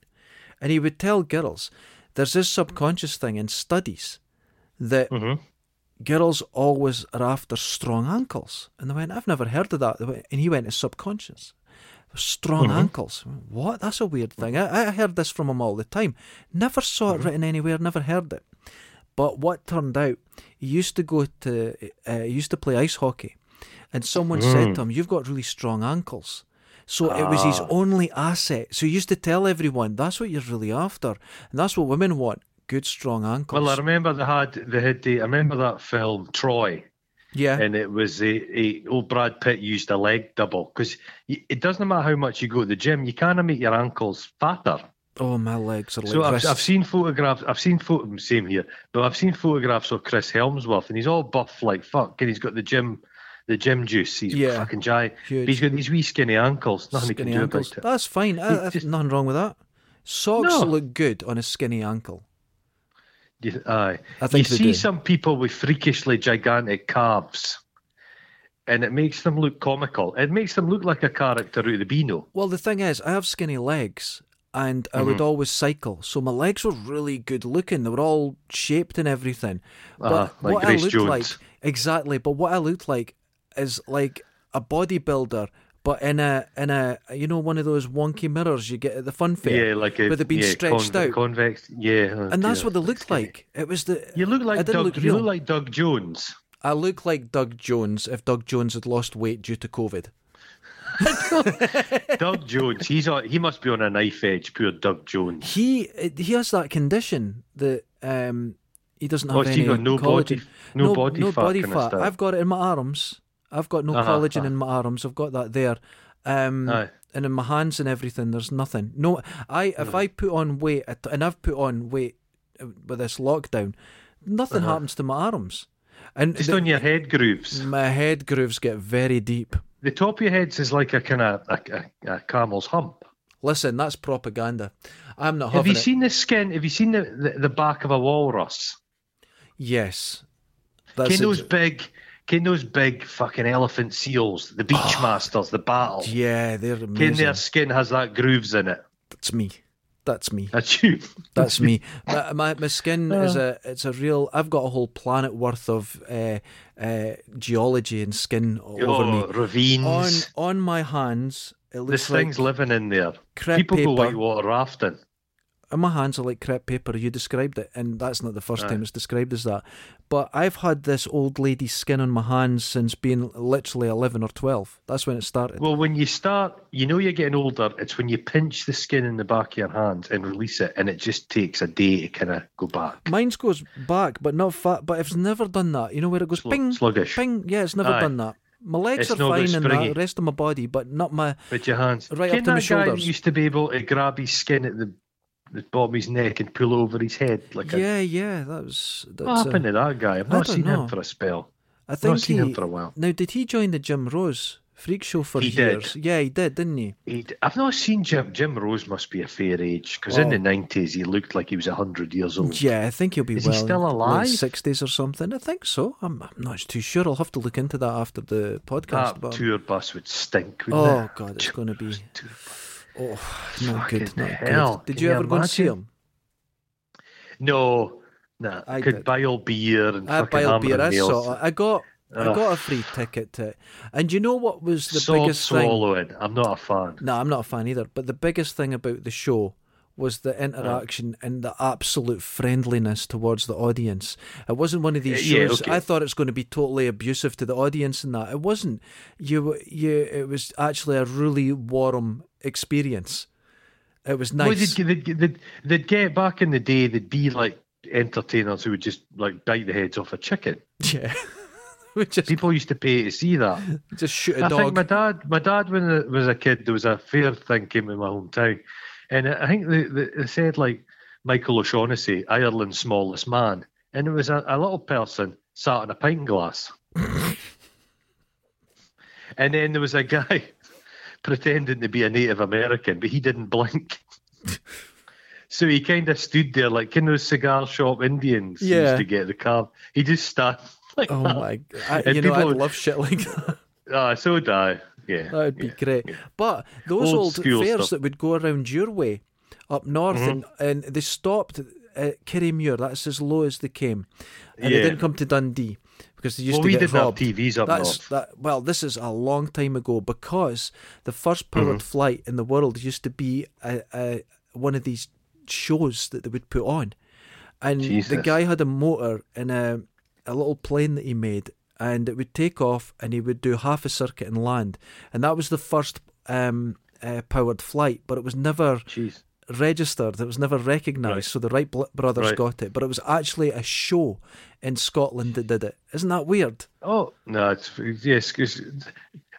Speaker 1: and he would tell girls, there's this subconscious thing in studies that
Speaker 2: Mhm.
Speaker 1: girls always are after strong ankles, and they went, I've never heard of that, They went- and he went, it's subconscious. Strong
Speaker 2: Mm-hmm.
Speaker 1: ankles. What? That's a weird thing. I, I heard this from him all the time. Never saw
Speaker 2: Mm-hmm.
Speaker 1: it written anywhere. Never heard it. But what turned out, he used to go to, uh, he used to play ice hockey, and someone
Speaker 2: Mm.
Speaker 1: said to him, "You've got really strong ankles." So it was
Speaker 2: Ah.
Speaker 1: his only asset. So he used to tell everyone, "That's what you're really after, and that's what women want: good, strong ankles."
Speaker 2: Well, I remember they had they had the, I remember that film Troy,
Speaker 1: yeah,
Speaker 2: and it was a, a old Brad Pitt used a leg double because it doesn't matter how much you go to the gym, you can't make your ankles fatter.
Speaker 1: Oh, my legs are like
Speaker 2: So I've,
Speaker 1: wrists.
Speaker 2: I've seen photographs. I've seen photo, same here, but I've seen photographs of Chris Helmsworth, and he's all buff like fuck, and he's got the gym, the gym juice. He's
Speaker 1: Yeah.
Speaker 2: fucking giant.
Speaker 1: Huge.
Speaker 2: But he's got these wee skinny ankles. Nothing
Speaker 1: skinny
Speaker 2: he can do
Speaker 1: ankles.
Speaker 2: about it.
Speaker 1: That's fine. I, I-
Speaker 2: just-
Speaker 1: nothing wrong with that. Socks
Speaker 2: No.
Speaker 1: look good on a skinny ankle.
Speaker 2: You, aye.
Speaker 1: I think
Speaker 2: you
Speaker 1: they
Speaker 2: see
Speaker 1: do.
Speaker 2: some people with freakishly gigantic calves, and it makes them look comical. It makes them look like a character out of the Beano.
Speaker 1: Well, the thing is, I have skinny legs, and I
Speaker 2: Mm-hmm.
Speaker 1: would always cycle, so my legs were really good looking. They were all shaped and everything. But
Speaker 2: Uh-huh, like
Speaker 1: what
Speaker 2: Grace
Speaker 1: I looked
Speaker 2: Jones.
Speaker 1: like, exactly. But what I looked like is like a bodybuilder, but in a in a you know one of those wonky mirrors you get at the fun fair.
Speaker 2: Yeah, like a
Speaker 1: where they've been
Speaker 2: yeah,
Speaker 1: stretched
Speaker 2: conve-
Speaker 1: out,
Speaker 2: convex. Yeah, oh
Speaker 1: and that's
Speaker 2: dear.
Speaker 1: what they looked like. It was the
Speaker 2: You look
Speaker 1: I
Speaker 2: like
Speaker 1: didn't
Speaker 2: Doug.
Speaker 1: look
Speaker 2: you
Speaker 1: real.
Speaker 2: look like Doug Jones.
Speaker 1: I look like Doug Jones if Doug Jones had lost weight due to COVID.
Speaker 2: Doug Jones, he's on, he must be on a knife edge, poor Doug Jones.
Speaker 1: He he has that condition that um, he doesn't have
Speaker 2: Oh, so
Speaker 1: any
Speaker 2: you got no body-
Speaker 1: collagen.
Speaker 2: no body
Speaker 1: no
Speaker 2: fat
Speaker 1: body
Speaker 2: kinda
Speaker 1: fat.
Speaker 2: stuff.
Speaker 1: I've got it in my arms. I've got no
Speaker 2: Uh-huh,
Speaker 1: collagen
Speaker 2: uh-huh.
Speaker 1: in my arms. I've got that there. Um,
Speaker 2: Aye.
Speaker 1: and in my hands and everything, there's nothing. No, I if I put on weight, at- and I've put on weight uh, with this lockdown, nothing happens to my arms. And
Speaker 2: Uh-huh. Just
Speaker 1: the-
Speaker 2: on your head grooves.
Speaker 1: my head grooves get very deep.
Speaker 2: The top of your head's is like a kind of a, a, a camel's hump.
Speaker 1: Listen, that's propaganda. I'm not
Speaker 2: Have
Speaker 1: having
Speaker 2: you
Speaker 1: it.
Speaker 2: seen the skin? Have you seen the, the, the back of a walrus?
Speaker 1: Yes,
Speaker 2: Ken
Speaker 1: that's
Speaker 2: those
Speaker 1: ex-
Speaker 2: big, ken those big fucking elephant seals, the beach masters, the battle.
Speaker 1: Yeah, they're
Speaker 2: Ken
Speaker 1: Oh, amazing.
Speaker 2: their skin has that grooves in it.
Speaker 1: That's me. That's me.
Speaker 2: That's you.
Speaker 1: That's me. My, my, my skin is a it's a real. I've got a whole planet worth of uh, uh, geology and skin all
Speaker 2: Oh,
Speaker 1: over me. On
Speaker 2: ravines.
Speaker 1: on my hands, it
Speaker 2: This
Speaker 1: looks
Speaker 2: thing's
Speaker 1: like
Speaker 2: living in there.
Speaker 1: crepe
Speaker 2: People
Speaker 1: paper.
Speaker 2: go whitewater rafting.
Speaker 1: and my hands are like crepe paper. You described it, and that's not the first time it's described as that. But I've had this old lady's skin on my hands since being literally eleven or twelve. That's when it started.
Speaker 2: Well, when you start, you know you're getting older. It's when you pinch the skin in the back of your hand and release it, and it just takes a day to kind of go back.
Speaker 1: Mine's goes back, but not fat. But it's never done that. You know where it goes
Speaker 2: Slu-
Speaker 1: ping,
Speaker 2: sluggish.
Speaker 1: ping. Yeah, it's never
Speaker 2: Aye.
Speaker 1: done that. My legs
Speaker 2: It's
Speaker 1: are
Speaker 2: not
Speaker 1: fine
Speaker 2: very
Speaker 1: and
Speaker 2: springy.
Speaker 1: that, the rest of my body, but not my.
Speaker 2: With your hands.
Speaker 1: Right
Speaker 2: Ken
Speaker 1: up to my
Speaker 2: that guy that
Speaker 1: shoulders.
Speaker 2: used to be able to grab his skin at the, the bottom of his neck and pull over his head like a
Speaker 1: yeah, yeah, that was. That's,
Speaker 2: What happened
Speaker 1: uh,
Speaker 2: to that guy? I've
Speaker 1: I
Speaker 2: not
Speaker 1: don't
Speaker 2: seen
Speaker 1: know.
Speaker 2: him for a spell.
Speaker 1: I
Speaker 2: I've
Speaker 1: think
Speaker 2: not seen
Speaker 1: he,
Speaker 2: him for a while.
Speaker 1: Now, did he join the Jim Rose freak show for
Speaker 2: He did.
Speaker 1: years? Yeah, he did, didn't he?
Speaker 2: He'd, I've not seen Jim. Jim Rose must be a fair age because in
Speaker 1: Wow.
Speaker 2: the nineties he looked like he was hundred years old.
Speaker 1: Yeah, I think he'll be
Speaker 2: Is he
Speaker 1: well.
Speaker 2: still alive?
Speaker 1: Sixties or something? I think so. I'm, I'm not too sure. I'll have to look into that after the podcast.
Speaker 2: That
Speaker 1: but
Speaker 2: tour bus would stink. Wouldn't
Speaker 1: oh
Speaker 2: it?
Speaker 1: god, it's
Speaker 2: Jim
Speaker 1: going to be.
Speaker 2: Rose tour bus.
Speaker 1: Oh, not
Speaker 2: Fucking
Speaker 1: good. Not
Speaker 2: hell,
Speaker 1: good. Did
Speaker 2: can
Speaker 1: you
Speaker 2: you
Speaker 1: ever go and see
Speaker 2: imagine?
Speaker 1: him?
Speaker 2: No, nah.
Speaker 1: I
Speaker 2: could
Speaker 1: did.
Speaker 2: buy all beer and
Speaker 1: I
Speaker 2: fucking
Speaker 1: buy
Speaker 2: hammer
Speaker 1: beer.
Speaker 2: and
Speaker 1: I
Speaker 2: nails.
Speaker 1: saw. it. I got. I
Speaker 2: Ugh.
Speaker 1: got a free ticket to it. And you know what was the
Speaker 2: Sod
Speaker 1: biggest thing?
Speaker 2: swallowing. I'm not a fan.
Speaker 1: No, I'm not a fan either. But the biggest thing about the show was the interaction
Speaker 2: Uh.
Speaker 1: and the absolute friendliness towards the audience. It wasn't one of these
Speaker 2: Yeah, yeah,
Speaker 1: shows.
Speaker 2: okay.
Speaker 1: I thought it's going to be totally abusive to the audience and that. It wasn't. You. were- You. It was actually a really warm experience. It was nice.
Speaker 2: Well, they'd, they'd, they'd, they'd get back in the day. They'd be like entertainers who would just like bite the heads off a chicken.
Speaker 1: yeah. we just
Speaker 2: People used to pay to see that.
Speaker 1: just shoot a
Speaker 2: I
Speaker 1: dog.
Speaker 2: think my dad, my dad, when I was a kid, there was a fair thing came in my hometown, and I think they, they they said like Michael O'Shaughnessy, Ireland's smallest man, and it was a, a little person sat on a pint glass, and then there was a guy pretending to be a Native American, but he didn't blink. So he kind of stood there like in those cigar shop Indians
Speaker 1: Yeah.
Speaker 2: used to get the cab. He just stood like
Speaker 1: Oh
Speaker 2: that.
Speaker 1: my! I,
Speaker 2: And
Speaker 1: you know, I
Speaker 2: people-
Speaker 1: love shit like that.
Speaker 2: Ah, so did I. Yeah,
Speaker 1: That would be great. But those
Speaker 2: Old
Speaker 1: old,
Speaker 2: school stuff.
Speaker 1: fairs
Speaker 2: Mm-hmm.
Speaker 1: that would go around your way up north, and, and they stopped at Kirrymuir. That's as low as they came, and they
Speaker 2: Yeah.
Speaker 1: didn't come to Dundee because they used
Speaker 2: Well,
Speaker 1: to
Speaker 2: we
Speaker 1: get
Speaker 2: didn't
Speaker 1: robbed.
Speaker 2: have TVs up north.
Speaker 1: That's that. Well, this is a long time ago because the first
Speaker 2: Mm-hmm.
Speaker 1: powered flight in the world used to be a, a, one of these shows that they would put on, and the
Speaker 2: Jesus.
Speaker 1: guy had a motor in a a little plane that he made, and it would take off, and he would do half a circuit and land, and that was the first um, uh, powered flight, but it was never
Speaker 2: Jeez.
Speaker 1: registered. It was never recognised.
Speaker 2: Right.
Speaker 1: So the Wright bl- brothers
Speaker 2: Right.
Speaker 1: got it, but it was actually a show in Scotland that did it. Isn't that weird?
Speaker 2: Oh no, it's yes. 'cause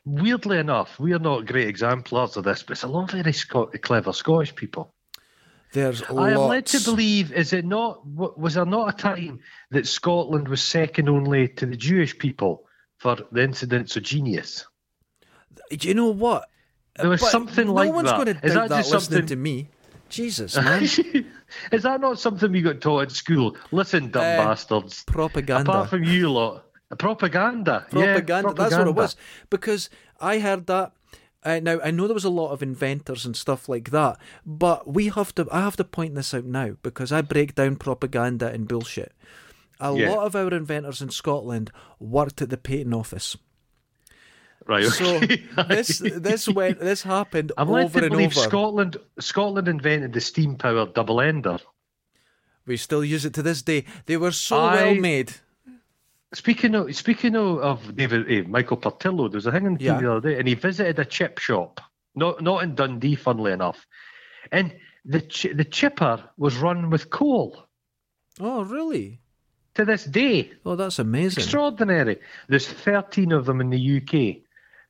Speaker 2: weirdly enough, we are not great exemplars of this, but it's a lot of very Sco- clever Scottish people.
Speaker 1: There's
Speaker 2: I
Speaker 1: lots.
Speaker 2: am led to believe is it not wa- was there not a time that Scotland was second only to the Jewish people for the incidents of genius?
Speaker 1: Do you know what?
Speaker 2: There was
Speaker 1: But
Speaker 2: something
Speaker 1: no
Speaker 2: like
Speaker 1: one's
Speaker 2: that.
Speaker 1: going to
Speaker 2: Is
Speaker 1: doubt that,
Speaker 2: just
Speaker 1: listening
Speaker 2: something? Uh-huh.
Speaker 1: to me. Jesus, man.
Speaker 2: is that not something we got taught at school? Listen, dumb
Speaker 1: Uh,
Speaker 2: bastards.
Speaker 1: propaganda.
Speaker 2: Apart from you lot, propaganda.
Speaker 1: propaganda.
Speaker 2: Yeah,
Speaker 1: That's what
Speaker 2: propaganda.
Speaker 1: it was. Because I heard that. Uh, now I know there was a lot of inventors and stuff like that, but we have to. I have to point this out now because I break down propaganda and bullshit. A
Speaker 2: Yeah.
Speaker 1: lot of our inventors in Scotland worked at the patent office.
Speaker 2: Right.
Speaker 1: So
Speaker 2: okay.
Speaker 1: this this went this happened
Speaker 2: I'm led
Speaker 1: over
Speaker 2: to
Speaker 1: and
Speaker 2: believe
Speaker 1: over.
Speaker 2: Scotland Scotland invented the steam powered double ender.
Speaker 1: we still use it to this day. They were so
Speaker 2: I-
Speaker 1: well made.
Speaker 2: Speaking of speaking of, of David eh, Michael Portillo, there was a thing on TV
Speaker 1: Yeah.
Speaker 2: the other day, and he visited a chip shop, not not in Dundee, funnily enough, and the chi- the chipper was run with coal
Speaker 1: Oh, really?
Speaker 2: to this day.
Speaker 1: Oh, that's amazing.
Speaker 2: Extraordinary. There's 13 of them in the UK,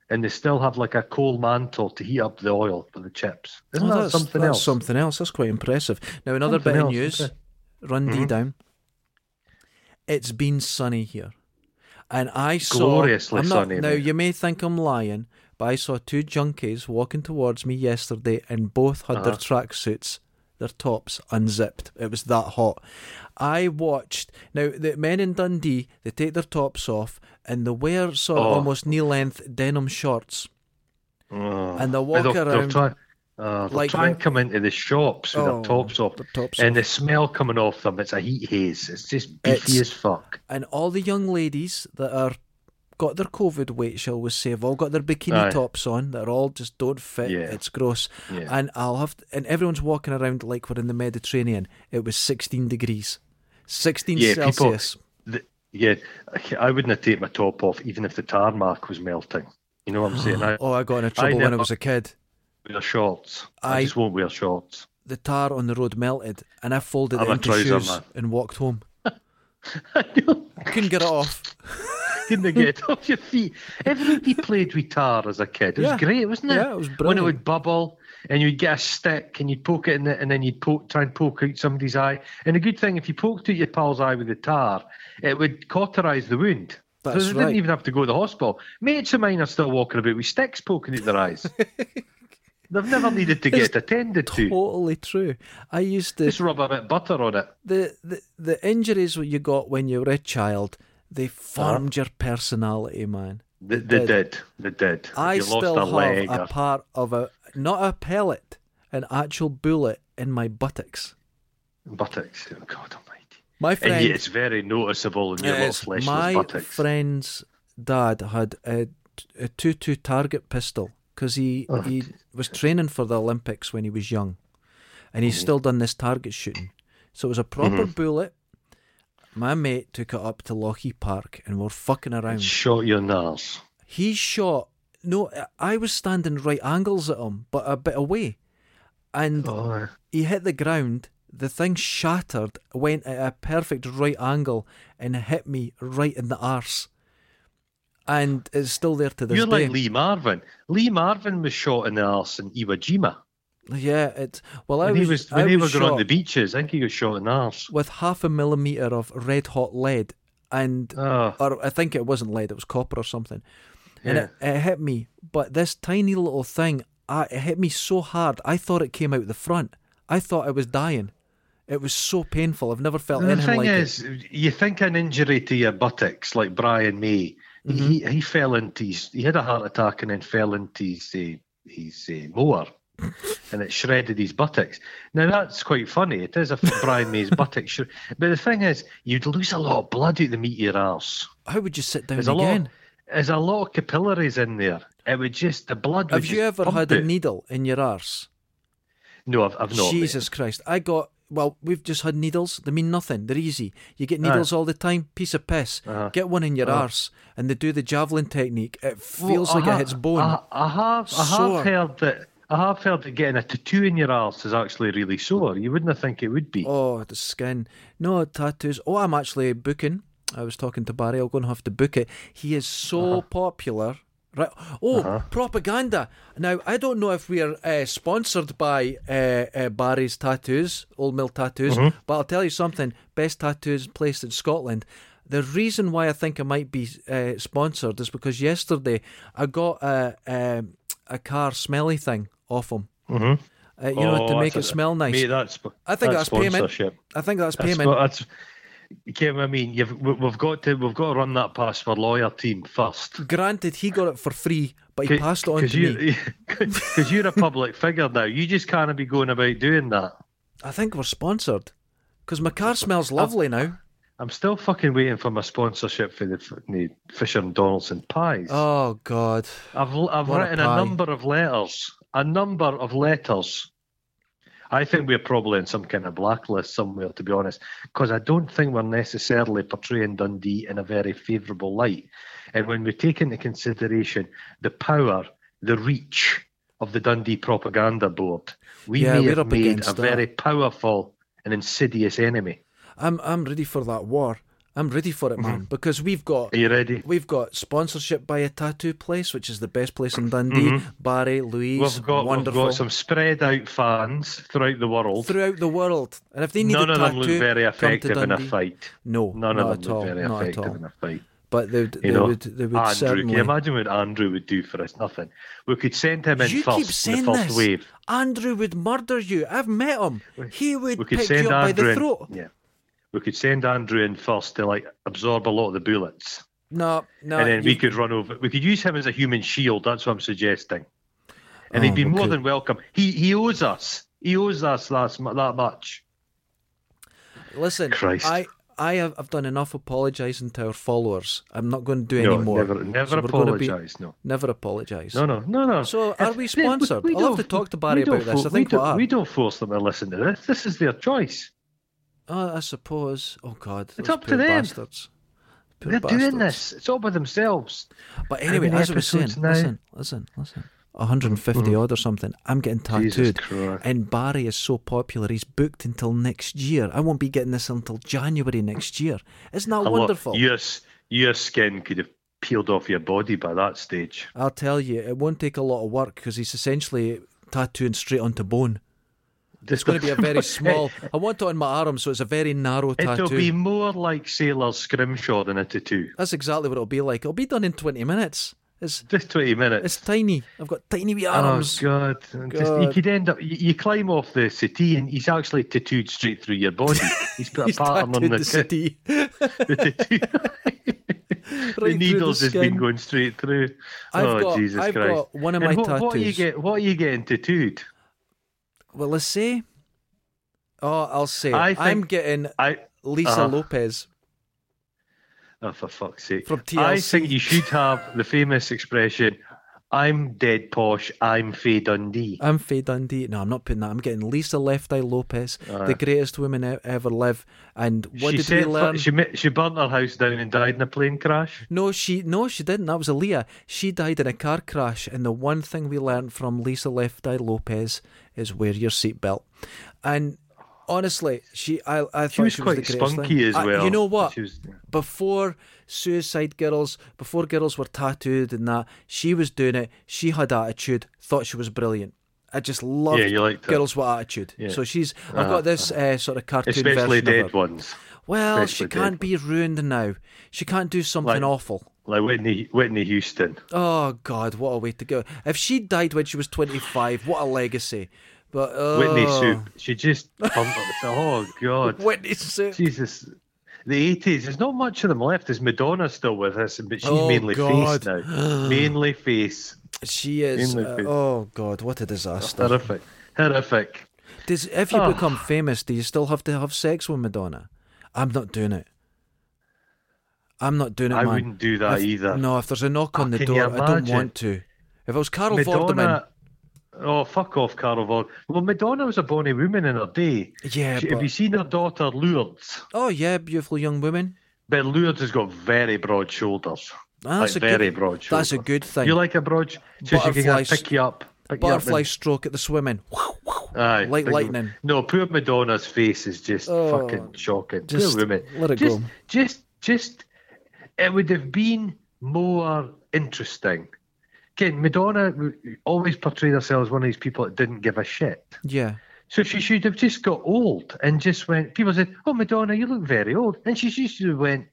Speaker 2: and they still have like a coal mantle to heat up the oil for the chips. Isn't
Speaker 1: Oh,
Speaker 2: that
Speaker 1: that's
Speaker 2: something
Speaker 1: that's
Speaker 2: else?
Speaker 1: Something else. That's quite impressive. Now another
Speaker 2: Something
Speaker 1: bit of
Speaker 2: else,
Speaker 1: news.
Speaker 2: okay. Mm-hmm.
Speaker 1: Run D down. It's been sunny here, and I saw.
Speaker 2: Gloriously
Speaker 1: I'm not-
Speaker 2: sunny,
Speaker 1: Now
Speaker 2: mate.
Speaker 1: you may think I'm lying, but I saw two junkies walking towards me yesterday, and both had
Speaker 2: Uh-huh.
Speaker 1: their tracksuits, their tops unzipped. It was that hot. I watched. Now the men in Dundee, they take their tops off, and they wear sort of
Speaker 2: Oh.
Speaker 1: almost knee-length denim shorts, and they walk
Speaker 2: Oh. they'll, they'll
Speaker 1: around.
Speaker 2: try, uh, they'll
Speaker 1: like
Speaker 2: try and
Speaker 1: the-
Speaker 2: come into the shops with
Speaker 1: Oh,
Speaker 2: their tops off,
Speaker 1: their tops
Speaker 2: and the smell coming off them. It's a heat haze. It's just beefy
Speaker 1: It's-
Speaker 2: as fuck.
Speaker 1: and all the young ladies that are got their COVID weight, shall we say, have all got their bikini
Speaker 2: Aye.
Speaker 1: tops on. They're all just don't fit.
Speaker 2: Yeah.
Speaker 1: It's gross.
Speaker 2: Yeah.
Speaker 1: And I'll have and everyone's walking around like we're in the Mediterranean. It was 16 degrees, 16
Speaker 2: Yeah, people-
Speaker 1: Celsius.
Speaker 2: The, yeah, I wouldn't take my top off even if the tarmac was melting. You know what I'm saying? I
Speaker 1: oh, I got into trouble when I
Speaker 2: never-
Speaker 1: was a kid.
Speaker 2: wear shorts. I,
Speaker 1: I-
Speaker 2: just won't wear shorts.
Speaker 1: The tar on the road melted, and I folded
Speaker 2: I'm
Speaker 1: it
Speaker 2: a
Speaker 1: into
Speaker 2: trouser
Speaker 1: shoes
Speaker 2: man.
Speaker 1: and walked home.
Speaker 2: I know.
Speaker 1: I couldn't get it off.
Speaker 2: Couldn't get it off your feet. Everybody played with tar as a kid. It was
Speaker 1: Yeah.
Speaker 2: great, wasn't it?
Speaker 1: Yeah, it was
Speaker 2: When
Speaker 1: brilliant.
Speaker 2: it would bubble, and you'd get a stick, and you'd poke it in it, and then you'd poke, try and poke out somebody's eye. And the good thing, if you poked out your pal's eye with the tar, it would cauterise the wound.
Speaker 1: That's
Speaker 2: so they
Speaker 1: right.
Speaker 2: didn't even have to go to the hospital. Mates of mine are still walking about with sticks poking out their eyes. They've never needed to get attended to.
Speaker 1: Totally true. I used to
Speaker 2: Just rub a bit of butter on it.
Speaker 1: the, the the injuries what you got when you were a child, they formed your personality, man.
Speaker 2: They, they
Speaker 1: did.
Speaker 2: did. They did.
Speaker 1: I
Speaker 2: you
Speaker 1: still
Speaker 2: lost a
Speaker 1: have
Speaker 2: leg.
Speaker 1: a
Speaker 2: or-
Speaker 1: part of a not a pellet, an actual bullet in my buttocks.
Speaker 2: Buttocks. Oh, God almighty.
Speaker 1: My
Speaker 2: And
Speaker 1: friend,
Speaker 2: yet it's very noticeable in your little
Speaker 1: Yeah, it's-
Speaker 2: fleshless
Speaker 1: my
Speaker 2: buttocks.
Speaker 1: friend's dad had a, a two-two target pistol because he he was training for the Olympics when he was young, and he's still done this target shooting. So it was a proper bullet. My mate took it up to Lochie Park, and we're fucking around.
Speaker 2: Shot your nose.
Speaker 1: He shot. No, I was standing right angles at him, but a bit away. And
Speaker 2: Oh,
Speaker 1: he hit the ground. The thing shattered, went at a perfect right angle, and hit me right in the arse. And it's still there to this
Speaker 2: you're
Speaker 1: day.
Speaker 2: like Lee Marvin. Lee Marvin was shot in the arse in Iwo Jima.
Speaker 1: yeah, it. Well, I
Speaker 2: When
Speaker 1: was.
Speaker 2: he was
Speaker 1: I
Speaker 2: when he
Speaker 1: was
Speaker 2: was going on
Speaker 1: shot
Speaker 2: the beaches, I think he was shot in the arse.
Speaker 1: with half a millimeter of red hot lead, and
Speaker 2: Oh,
Speaker 1: or I think it wasn't lead, it was copper or something. And it, it hit me, but this tiny little thing, I, it hit me so hard, I thought it came out the front. I thought I was dying. It was so painful. I've never felt
Speaker 2: the
Speaker 1: anything
Speaker 2: thing
Speaker 1: like it.
Speaker 2: is, you think an injury to your buttocks, like Brian May, he
Speaker 1: Mm-hmm.
Speaker 2: he fell into his, he had a heart attack and then fell into his uh, his uh, mower, and it shredded his buttocks. Now that's quite funny. It is a Brian May's buttocks, shred- but the thing is, you'd lose a lot of blood out the meat of your arse.
Speaker 1: How would you sit down
Speaker 2: There's a
Speaker 1: again?
Speaker 2: lot. There's a lot of capillaries in there. It would just the blood. Would
Speaker 1: Have you
Speaker 2: just
Speaker 1: ever
Speaker 2: pump
Speaker 1: had
Speaker 2: it.
Speaker 1: a needle in your arse?
Speaker 2: No, I've, I've not. mate.
Speaker 1: Jesus Christ. I got, well, we've just had needles. They mean nothing. They're easy. You get needles all the time, piece of piss.
Speaker 2: Uh-huh.
Speaker 1: Get one in your arse, and they do the javelin technique. It
Speaker 2: Well, uh-huh.
Speaker 1: feels like
Speaker 2: I
Speaker 1: it
Speaker 2: ha-
Speaker 1: hits bone.
Speaker 2: I, I have. I
Speaker 1: Sore.
Speaker 2: have heard that. I have heard that getting a tattoo in your arse is actually really sore. You wouldn't think it would be.
Speaker 1: Oh, the skin. No tattoos. Oh, I'm actually booking. I was talking to Barry. I'm going to have to book it. He is
Speaker 2: Uh-huh.
Speaker 1: so popular. Right. Oh, propaganda. Now, I don't know if we're uh, sponsored by uh, uh, Barry's Tattoos, Old Mill Tattoos,
Speaker 2: Mm-hmm.
Speaker 1: but I'll tell you something best tattoos placed in Scotland. The reason why I think I might be uh, sponsored is because yesterday I got a, um a car smelly thing off him. Uh, you know, to
Speaker 2: Mm-hmm. Oh,
Speaker 1: make it
Speaker 2: that's a-
Speaker 1: smell nice.
Speaker 2: Mate, that's,
Speaker 1: I think that's, payment.
Speaker 2: sponsorship.
Speaker 1: I think that's
Speaker 2: That's,
Speaker 1: payment.
Speaker 2: what- that's, Kim, I mean, you've, we- we've got to we've got to run that past our lawyer team first.
Speaker 1: Granted, he got it for free, but he passed it on to me.
Speaker 2: you, e- Because you're a public figure now. You just can't be going about doing that.
Speaker 1: I think we're sponsored because my car smells lovely now.
Speaker 2: I'm still fucking waiting for my sponsorship for the, for the Fisher and Donaldson pies.
Speaker 1: Oh God!
Speaker 2: I've I've
Speaker 1: What a
Speaker 2: written a,
Speaker 1: pie.
Speaker 2: number of letters, a number of letters, I think we're probably in some kind of blacklist somewhere, to be honest, because I don't think we're necessarily portraying Dundee in a very favourable light. And when we take into consideration the power, the reach of the Dundee Propaganda Board, we
Speaker 1: Yeah,
Speaker 2: may
Speaker 1: we're
Speaker 2: have
Speaker 1: up
Speaker 2: made
Speaker 1: against
Speaker 2: a
Speaker 1: that.
Speaker 2: very powerful and insidious enemy.
Speaker 1: I'm I'm ready for that war. I'm ready for it,
Speaker 2: Mm-hmm.
Speaker 1: man, because we've got
Speaker 2: Are you ready?
Speaker 1: We've got sponsorship by a tattoo place, which is the best place in Dundee. Barry, Louise,
Speaker 2: Mm-hmm. We've got, we've
Speaker 1: wonderful.
Speaker 2: got some spread out fans throughout the world.
Speaker 1: Throughout the world, and if they need
Speaker 2: None
Speaker 1: a
Speaker 2: of
Speaker 1: tattoo,
Speaker 2: them look very
Speaker 1: come to
Speaker 2: effective in a
Speaker 1: Dundee.
Speaker 2: fight.
Speaker 1: No,
Speaker 2: None
Speaker 1: not
Speaker 2: of them
Speaker 1: at all,
Speaker 2: look very
Speaker 1: not at
Speaker 2: effective
Speaker 1: all.
Speaker 2: in a fight.
Speaker 1: But they, would-
Speaker 2: You
Speaker 1: they
Speaker 2: know,
Speaker 1: would, they would
Speaker 2: Andrew,
Speaker 1: certainly.
Speaker 2: can you imagine what Andrew would do for us? Nothing. We could send him in
Speaker 1: You keep
Speaker 2: first in
Speaker 1: saying
Speaker 2: the first
Speaker 1: this.
Speaker 2: wave.
Speaker 1: Andrew would murder you. I've met him. He would
Speaker 2: We could
Speaker 1: pick
Speaker 2: send
Speaker 1: you up by
Speaker 2: Andrew
Speaker 1: the
Speaker 2: in-
Speaker 1: throat.
Speaker 2: yeah. We could send Andrew in first to like absorb a lot of the bullets.
Speaker 1: No, no.
Speaker 2: and then we
Speaker 1: you-
Speaker 2: could run over we could use him as a human shield, that's what I'm suggesting. And
Speaker 1: Oh,
Speaker 2: he'd be
Speaker 1: we
Speaker 2: more
Speaker 1: could.
Speaker 2: than welcome. He he owes us. He owes us that, mu- that much.
Speaker 1: Listen,
Speaker 2: Christ.
Speaker 1: I I have I've done enough apologising to our followers. I'm not going to do
Speaker 2: No,
Speaker 1: any more.
Speaker 2: never never
Speaker 1: So we're gonna be-
Speaker 2: apologise, no.
Speaker 1: Never apologise.
Speaker 2: No, no, no, no.
Speaker 1: So, are we
Speaker 2: It's-
Speaker 1: sponsored? I'll have
Speaker 2: don't-
Speaker 1: to talk to Barry
Speaker 2: we don't
Speaker 1: about this. I
Speaker 2: fo-
Speaker 1: think
Speaker 2: we
Speaker 1: we are.
Speaker 2: don't, we don't force them to listen to this. This is their choice.
Speaker 1: Oh, I suppose. Oh God, those
Speaker 2: up to
Speaker 1: poor
Speaker 2: them.
Speaker 1: bastards. Poor
Speaker 2: They're doing
Speaker 1: bastards.
Speaker 2: this. It's all by themselves.
Speaker 1: But anyway,
Speaker 2: many
Speaker 1: as I was saying,
Speaker 2: episodes now? Mm-hmm.
Speaker 1: listen, listen, listen. 150 odd or something. I'm getting
Speaker 2: Jesus
Speaker 1: tattooed.
Speaker 2: Christ.
Speaker 1: And Barry is so popular, he's booked until next year. I won't be getting this until January next year. Isn't that
Speaker 2: A lot-
Speaker 1: wonderful?
Speaker 2: your, s- your skin could have peeled off your body by that stage.
Speaker 1: I'll tell you, it won't take a lot of work because he's essentially tattooing straight onto bone. It's going to be a very small. I want it on my arm, so it's a very narrow tattoo.
Speaker 2: It'll be more like Sailor Scrimshaw than a tattoo.
Speaker 1: That's exactly what it'll be like. It'll be done in 20 minutes. It's
Speaker 2: Just 20 minutes.
Speaker 1: it's tiny. I've got tiny wee
Speaker 2: Oh
Speaker 1: arms.
Speaker 2: God! And Just, you
Speaker 1: God.
Speaker 2: could end up. You, you climb off the city, and he's actually tattooed straight through your body. He's put
Speaker 1: He's
Speaker 2: a pattern on
Speaker 1: tattooed
Speaker 2: the,
Speaker 1: the city.
Speaker 2: the tattoo.
Speaker 1: through
Speaker 2: the
Speaker 1: the
Speaker 2: needles has been
Speaker 1: skin.
Speaker 2: going straight through.
Speaker 1: I've
Speaker 2: oh
Speaker 1: got-
Speaker 2: Jesus
Speaker 1: I've
Speaker 2: Christ!
Speaker 1: got one of
Speaker 2: And
Speaker 1: my
Speaker 2: what, What are you
Speaker 1: tattoos.
Speaker 2: get? What are you getting tattooed?
Speaker 1: well, let's say. Oh, I'll say.
Speaker 2: I
Speaker 1: I
Speaker 2: think-
Speaker 1: am getting
Speaker 2: I
Speaker 1: Lisa
Speaker 2: uh-huh.
Speaker 1: Lopez.
Speaker 2: oh for fuck's sake!
Speaker 1: From
Speaker 2: I
Speaker 1: TLC.
Speaker 2: think you should have the famous expression, "I'm dead posh. I'm Faye Dundee."
Speaker 1: I'm Faye Dundee. No, I'm not putting that. I'm getting Lisa Left Eye Lopez, the greatest woman e- ever live. And what
Speaker 2: she
Speaker 1: did
Speaker 2: set
Speaker 1: we
Speaker 2: fi-
Speaker 1: learn?
Speaker 2: She mi- she burnt her house down and died in a plane crash.
Speaker 1: No, she no, she didn't. That was Aaliyah. She died in a car crash, and the one thing we learned from Lisa Left Eye Lopez is wear your seatbelt. And honestly, she I I
Speaker 2: She
Speaker 1: thought
Speaker 2: was
Speaker 1: she
Speaker 2: quite
Speaker 1: was the greatest
Speaker 2: spunky
Speaker 1: thing.
Speaker 2: as
Speaker 1: I-
Speaker 2: well.
Speaker 1: you know what?
Speaker 2: She was-
Speaker 1: Before Suicide Girls, before girls were tattooed and that, she was doing it. She had attitude. Thought she was brilliant. I just loved
Speaker 2: Yeah, you liked her. Uh-huh.
Speaker 1: girls with attitude. So she's. I've got this uh, sort of cartoon
Speaker 2: especially
Speaker 1: version
Speaker 2: dead
Speaker 1: of her.
Speaker 2: ones.
Speaker 1: Well,
Speaker 2: especially
Speaker 1: she can't
Speaker 2: dead
Speaker 1: be ruined now. She can't do something
Speaker 2: Like-
Speaker 1: awful.
Speaker 2: like Whitney Whitney Houston.
Speaker 1: Oh God, what a way to go! If she died when she was twenty-five, what a legacy! But oh,
Speaker 2: Whitney Soup. She just pumped up. Oh God,
Speaker 1: Whitney Soup.
Speaker 2: Jesus. The eighties. There's not much of them left. There's Madonna still with us, but she's
Speaker 1: Oh,
Speaker 2: mainly
Speaker 1: God.
Speaker 2: face now. mainly face.
Speaker 1: She is.
Speaker 2: In the
Speaker 1: uh,
Speaker 2: face.
Speaker 1: oh God, what a disaster!
Speaker 2: Horrific. Horrific.
Speaker 1: Does, if you
Speaker 2: Oh.
Speaker 1: become famous, do you still have to have sex with Madonna? I'm not doing it. I'm not doing it,
Speaker 2: I
Speaker 1: man.
Speaker 2: wouldn't do that
Speaker 1: If-
Speaker 2: either.
Speaker 1: No, if there's a knock on the
Speaker 2: Can you
Speaker 1: door, I don't
Speaker 2: imagine?
Speaker 1: want to. If it was Carol Vorderman,
Speaker 2: Madonna. Oh fuck off, Carol Vaughan. Well, Madonna was a bonny woman in her day.
Speaker 1: yeah.
Speaker 2: She-
Speaker 1: but,
Speaker 2: Have you seen her daughter Lourdes?
Speaker 1: oh yeah, beautiful young woman.
Speaker 2: But Lourdes has got very broad shoulders.
Speaker 1: Ah, That's
Speaker 2: like
Speaker 1: a good-
Speaker 2: very broad shoulders.
Speaker 1: That's a good thing.
Speaker 2: You like a broad? So she can kinda
Speaker 1: Butterflies-
Speaker 2: pick you up. Pick you up
Speaker 1: Butterfly
Speaker 2: and-
Speaker 1: stroke at the swimming.
Speaker 2: Aye,
Speaker 1: like
Speaker 2: big-
Speaker 1: lightning.
Speaker 2: No, poor Madonna's face is just
Speaker 1: Oh,
Speaker 2: fucking shocking.
Speaker 1: just
Speaker 2: poor woman.
Speaker 1: let it
Speaker 2: just,
Speaker 1: go.
Speaker 2: Just, just, it would have been more interesting. Again, Madonna w- always portrayed herself as one of these people that didn't give a shit.
Speaker 1: Yeah.
Speaker 2: So she should have just got old and just went. People said, "Oh, Madonna, you look very old," and she just went,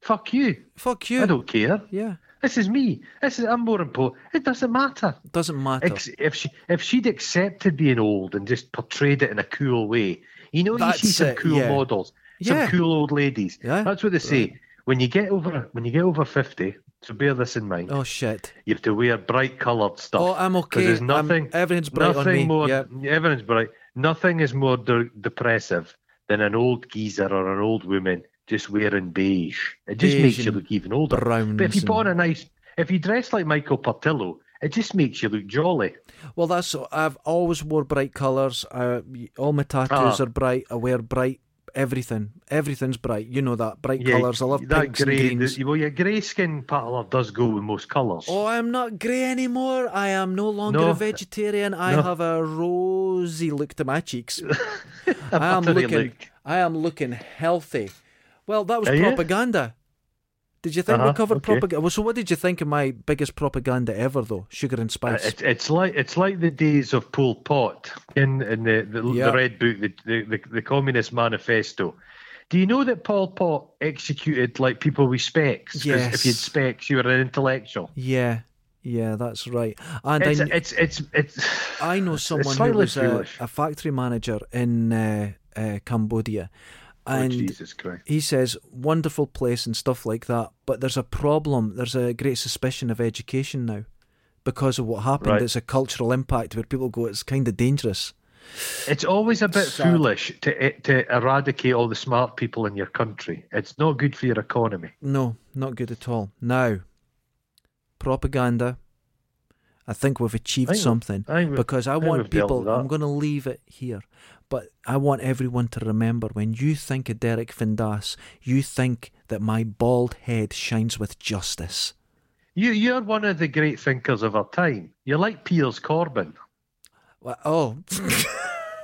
Speaker 2: "Fuck you!
Speaker 1: Fuck
Speaker 2: I
Speaker 1: you.
Speaker 2: don't care.
Speaker 1: Yeah.
Speaker 2: This is me. This is I'm more important. It doesn't matter."
Speaker 1: Doesn't matter.
Speaker 2: Ex- if she if she'd accepted being old and just portrayed it in a cool way, you know,
Speaker 1: That's
Speaker 2: you see some
Speaker 1: it,
Speaker 2: cool
Speaker 1: yeah.
Speaker 2: models,
Speaker 1: Yeah.
Speaker 2: some cool old ladies.
Speaker 1: Yeah,
Speaker 2: That's what they say. When you get over when you get over fifty, so bear this in mind.
Speaker 1: oh shit.
Speaker 2: You have to wear bright coloured stuff.
Speaker 1: Oh, I'm
Speaker 2: 'Cause
Speaker 1: okay.
Speaker 2: There's
Speaker 1: I'm-
Speaker 2: nothing.
Speaker 1: everything's bright on
Speaker 2: nothing
Speaker 1: me,
Speaker 2: More,
Speaker 1: yep.
Speaker 2: Everything's bright. Nothing is more de- depressive than an old geezer or an old woman just wearing beige. It just
Speaker 1: Beige
Speaker 2: makes you
Speaker 1: and
Speaker 2: look even older.
Speaker 1: browns
Speaker 2: But if you put on
Speaker 1: and-
Speaker 2: a nice, if you dress like Michael Portillo It just makes you look jolly.
Speaker 1: Well, that's I've always wore bright colours. Uh, all my tattoos
Speaker 2: Ah.
Speaker 1: are bright. I wear bright everything. Everything's bright. You know that bright colours. I love
Speaker 2: that
Speaker 1: pinks
Speaker 2: grey.
Speaker 1: and
Speaker 2: the-
Speaker 1: greens.
Speaker 2: well, your grey skin colour does go with most colours.
Speaker 1: Oh, I'm not grey anymore. I am no longer
Speaker 2: No.
Speaker 1: a vegetarian. I
Speaker 2: No.
Speaker 1: have a rosy look to my cheeks. I am
Speaker 2: buttery
Speaker 1: looking.
Speaker 2: look.
Speaker 1: I am looking healthy. Well, that was
Speaker 2: Are you?
Speaker 1: propaganda. Did you think we
Speaker 2: Uh-huh,
Speaker 1: covered
Speaker 2: okay.
Speaker 1: propaganda? Well, so what did you think of my biggest propaganda ever, though? Sugar and
Speaker 2: Uh,
Speaker 1: spice.
Speaker 2: It, it's like it's like the days of Pol Pot in, in the, the,
Speaker 1: Yeah.
Speaker 2: the Red Book, the, the, the, the Communist Manifesto. Do you know that Pol Pot executed like people with specs? 'Cause
Speaker 1: Yes.
Speaker 2: if you had specs, you were an intellectual.
Speaker 1: yeah, yeah, that's right. And
Speaker 2: It's
Speaker 1: I,
Speaker 2: it's it's it's.
Speaker 1: I know
Speaker 2: it's
Speaker 1: someone who
Speaker 2: slightly
Speaker 1: was a,
Speaker 2: foolish.
Speaker 1: a factory manager in uh, uh, Cambodia,
Speaker 2: oh,
Speaker 1: and
Speaker 2: Jesus Christ.
Speaker 1: he says wonderful place and stuff like that. But there's a problem. There's a great suspicion of education now because of what happened.
Speaker 2: Right.
Speaker 1: It's a cultural impact where people go, it's kind of dangerous.
Speaker 2: It's always a bit
Speaker 1: Sad.
Speaker 2: foolish to eh, to eradicate all the smart people in your country. It's not good for your economy.
Speaker 1: No, not good at all. Now, propaganda. I think we've achieved
Speaker 2: I think-
Speaker 1: something
Speaker 2: I think we've-
Speaker 1: because
Speaker 2: I
Speaker 1: I
Speaker 2: think
Speaker 1: want
Speaker 2: we've dealt with
Speaker 1: people.
Speaker 2: that.
Speaker 1: I'm going to leave it here, but I want everyone to remember when you think of Derek Vindas, you think that my bald head shines with justice.
Speaker 2: You you're one of the great thinkers of our time. You're like Piers Corbyn.
Speaker 1: Well, oh,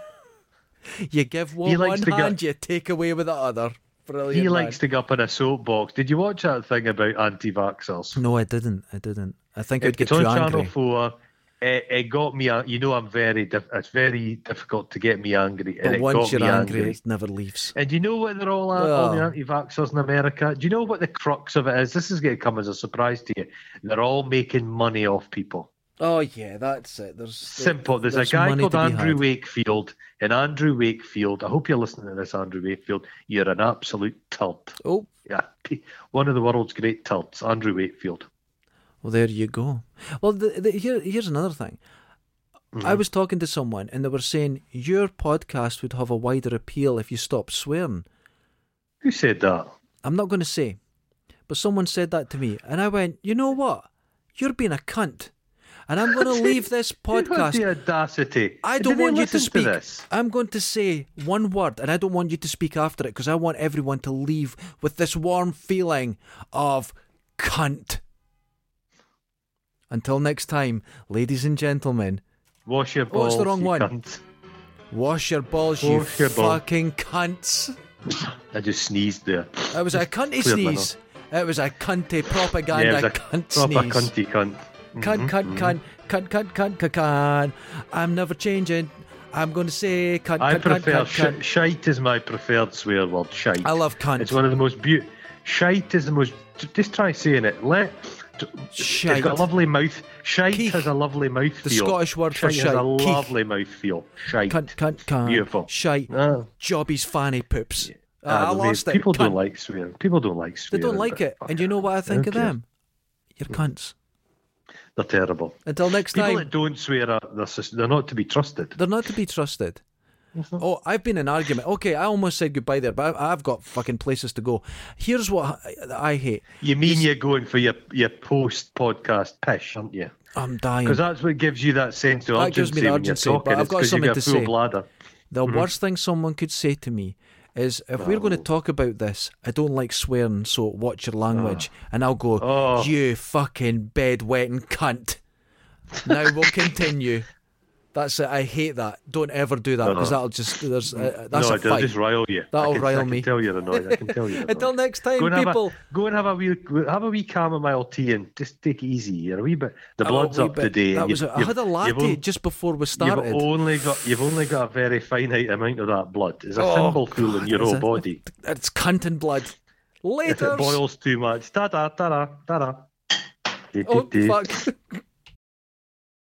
Speaker 1: you give one,
Speaker 2: He likes
Speaker 1: one
Speaker 2: to go-
Speaker 1: hand, you take away with the other. Brilliant.
Speaker 2: He
Speaker 1: Oh, man.
Speaker 2: likes to go up in a soapbox. Did you watch that thing about anti-vaxxers?
Speaker 1: No, I didn't. I didn't. I think I'd
Speaker 2: It's
Speaker 1: get
Speaker 2: on
Speaker 1: too angry.
Speaker 2: Channel Four. It, it got me. a- You know, I'm very. Diff- it's very difficult to get me angry. and
Speaker 1: But
Speaker 2: it
Speaker 1: once
Speaker 2: got
Speaker 1: you're
Speaker 2: me
Speaker 1: angry, it never leaves.
Speaker 2: And do you know what they're all at, all the
Speaker 1: Well.
Speaker 2: anti-vaxxers in America? Do you know what the crux of it is? This is going to come as a surprise to you. They're all making money off people.
Speaker 1: Oh yeah, that's it. There's
Speaker 2: Simple. There's, a guy
Speaker 1: money
Speaker 2: called
Speaker 1: to be
Speaker 2: Andrew
Speaker 1: had.
Speaker 2: Wakefield, and Andrew Wakefield. I hope you're listening to this, Andrew Wakefield. You're an absolute tilt.
Speaker 1: Oh,
Speaker 2: Yeah, one of the world's great tilts, Andrew Wakefield.
Speaker 1: well, there you go. Well, the, the, here, here's another thing.
Speaker 2: Mm-hmm.
Speaker 1: I was talking to someone, and they were saying your podcast would have a wider appeal if you stopped swearing.
Speaker 2: Who said that?
Speaker 1: I'm not going to say, but someone said that to me, and I went, "You know what? You're being a cunt," and I'm going to leave this
Speaker 2: Who had
Speaker 1: podcast.
Speaker 2: the audacity?
Speaker 1: I
Speaker 2: Did
Speaker 1: don't
Speaker 2: they
Speaker 1: want you
Speaker 2: listen
Speaker 1: to speak.
Speaker 2: this?
Speaker 1: I'm going to say one word, and I don't want you to speak after it because I want everyone to leave with this warm feeling of cunt. Until next time, ladies and gentlemen,
Speaker 2: Wash your
Speaker 1: Oh,
Speaker 2: balls.
Speaker 1: it's the wrong
Speaker 2: you
Speaker 1: one.
Speaker 2: cunt.
Speaker 1: wash your balls, you
Speaker 2: Wash your ball.
Speaker 1: fucking cunts.
Speaker 2: I just sneezed there.
Speaker 1: It was a cunty
Speaker 2: Cleared my
Speaker 1: sneeze. It was a cunty propaganda
Speaker 2: it was a
Speaker 1: cunt
Speaker 2: proper
Speaker 1: sneeze.
Speaker 2: cunty cunt. Mm-hmm,
Speaker 1: Cunt, cunt, cunt, cunt, cunt, cunt, cunt, cunt. I'm never changing. I'm going to say cunt,
Speaker 2: I
Speaker 1: cunt, cunt,
Speaker 2: prefer
Speaker 1: cunt,
Speaker 2: shi-
Speaker 1: cunt.
Speaker 2: shite is my preferred swear word. Shite.
Speaker 1: I love cunt.
Speaker 2: It's one of the most beautiful. Shite is the most. j- Just try saying it. Let. t-
Speaker 1: Shite.
Speaker 2: It's got a lovely mouth. Shite
Speaker 1: Keek.
Speaker 2: has a lovely mouth
Speaker 1: The Scottish word for
Speaker 2: has a
Speaker 1: shite. Keek.
Speaker 2: lovely mouth feel. Shite.
Speaker 1: cunt, cunt, cunt.
Speaker 2: Beautiful.
Speaker 1: Shite.
Speaker 2: Ah.
Speaker 1: Jobbies, fanny, poops. Uh,
Speaker 2: Ah,
Speaker 1: I
Speaker 2: they-
Speaker 1: lost it.
Speaker 2: People
Speaker 1: cunt.
Speaker 2: don't like swearing. People don't like
Speaker 1: They
Speaker 2: swearing.
Speaker 1: don't like
Speaker 2: but
Speaker 1: it. And you know what I think of
Speaker 2: Okay.
Speaker 1: them? You're cunts.
Speaker 2: They're terrible.
Speaker 1: Until next
Speaker 2: People
Speaker 1: time,
Speaker 2: that don't swear are they're, sus- they're not to be trusted.
Speaker 1: they're not to be trusted.
Speaker 2: Mm-hmm.
Speaker 1: Oh, I've been in argument. Okay, I almost said goodbye there, but I- I've got fucking places to go. Here's what I, I hate.
Speaker 2: You mean you're going for your your post podcast pish, aren't you?
Speaker 1: I'm dying.
Speaker 2: Because that's what gives you that sense of
Speaker 1: Hmm. That
Speaker 2: urgency
Speaker 1: gives me the
Speaker 2: when
Speaker 1: urgency,
Speaker 2: you're
Speaker 1: but
Speaker 2: talking.
Speaker 1: I've
Speaker 2: It's
Speaker 1: got
Speaker 2: 'cause
Speaker 1: something
Speaker 2: you've got
Speaker 1: to
Speaker 2: a full
Speaker 1: say.
Speaker 2: bladder.
Speaker 1: The
Speaker 2: Mm-hmm.
Speaker 1: worst thing someone could say to me is if we're going to talk about this, I don't like swearing, so watch your language. And I'll go,
Speaker 2: Oh.
Speaker 1: you fucking bedwetting cunt. Now we'll continue. That's it. I hate that. Don't ever do that because that'll just there's uh, that's
Speaker 2: no,
Speaker 1: a
Speaker 2: it'll
Speaker 1: fight.
Speaker 2: just rile you.
Speaker 1: That'll
Speaker 2: I can,
Speaker 1: rile
Speaker 2: I can
Speaker 1: me.
Speaker 2: Tell you're annoyed. I can tell you're annoyed.
Speaker 1: Until next
Speaker 2: Go
Speaker 1: time,
Speaker 2: and, have
Speaker 1: people.
Speaker 2: a, go and have a wee have a wee chamomile tea and just take it easy. You're a wee bit. The
Speaker 1: Oh,
Speaker 2: blood's
Speaker 1: wee
Speaker 2: up
Speaker 1: bit.
Speaker 2: today.
Speaker 1: That
Speaker 2: and
Speaker 1: was
Speaker 2: you've-
Speaker 1: a- I had a
Speaker 2: you've- you've
Speaker 1: latte
Speaker 2: on-
Speaker 1: just before we
Speaker 2: You've
Speaker 1: started.
Speaker 2: only got you've only got a very finite amount of that blood. It's a
Speaker 1: Oh,
Speaker 2: thimbleful in
Speaker 1: God,
Speaker 2: your
Speaker 1: it's
Speaker 2: whole
Speaker 1: a-
Speaker 2: body.
Speaker 1: It's cunt and blood.
Speaker 2: If
Speaker 1: Later.
Speaker 2: it boils too much, ta da ta da ta da.
Speaker 1: Oh fuck.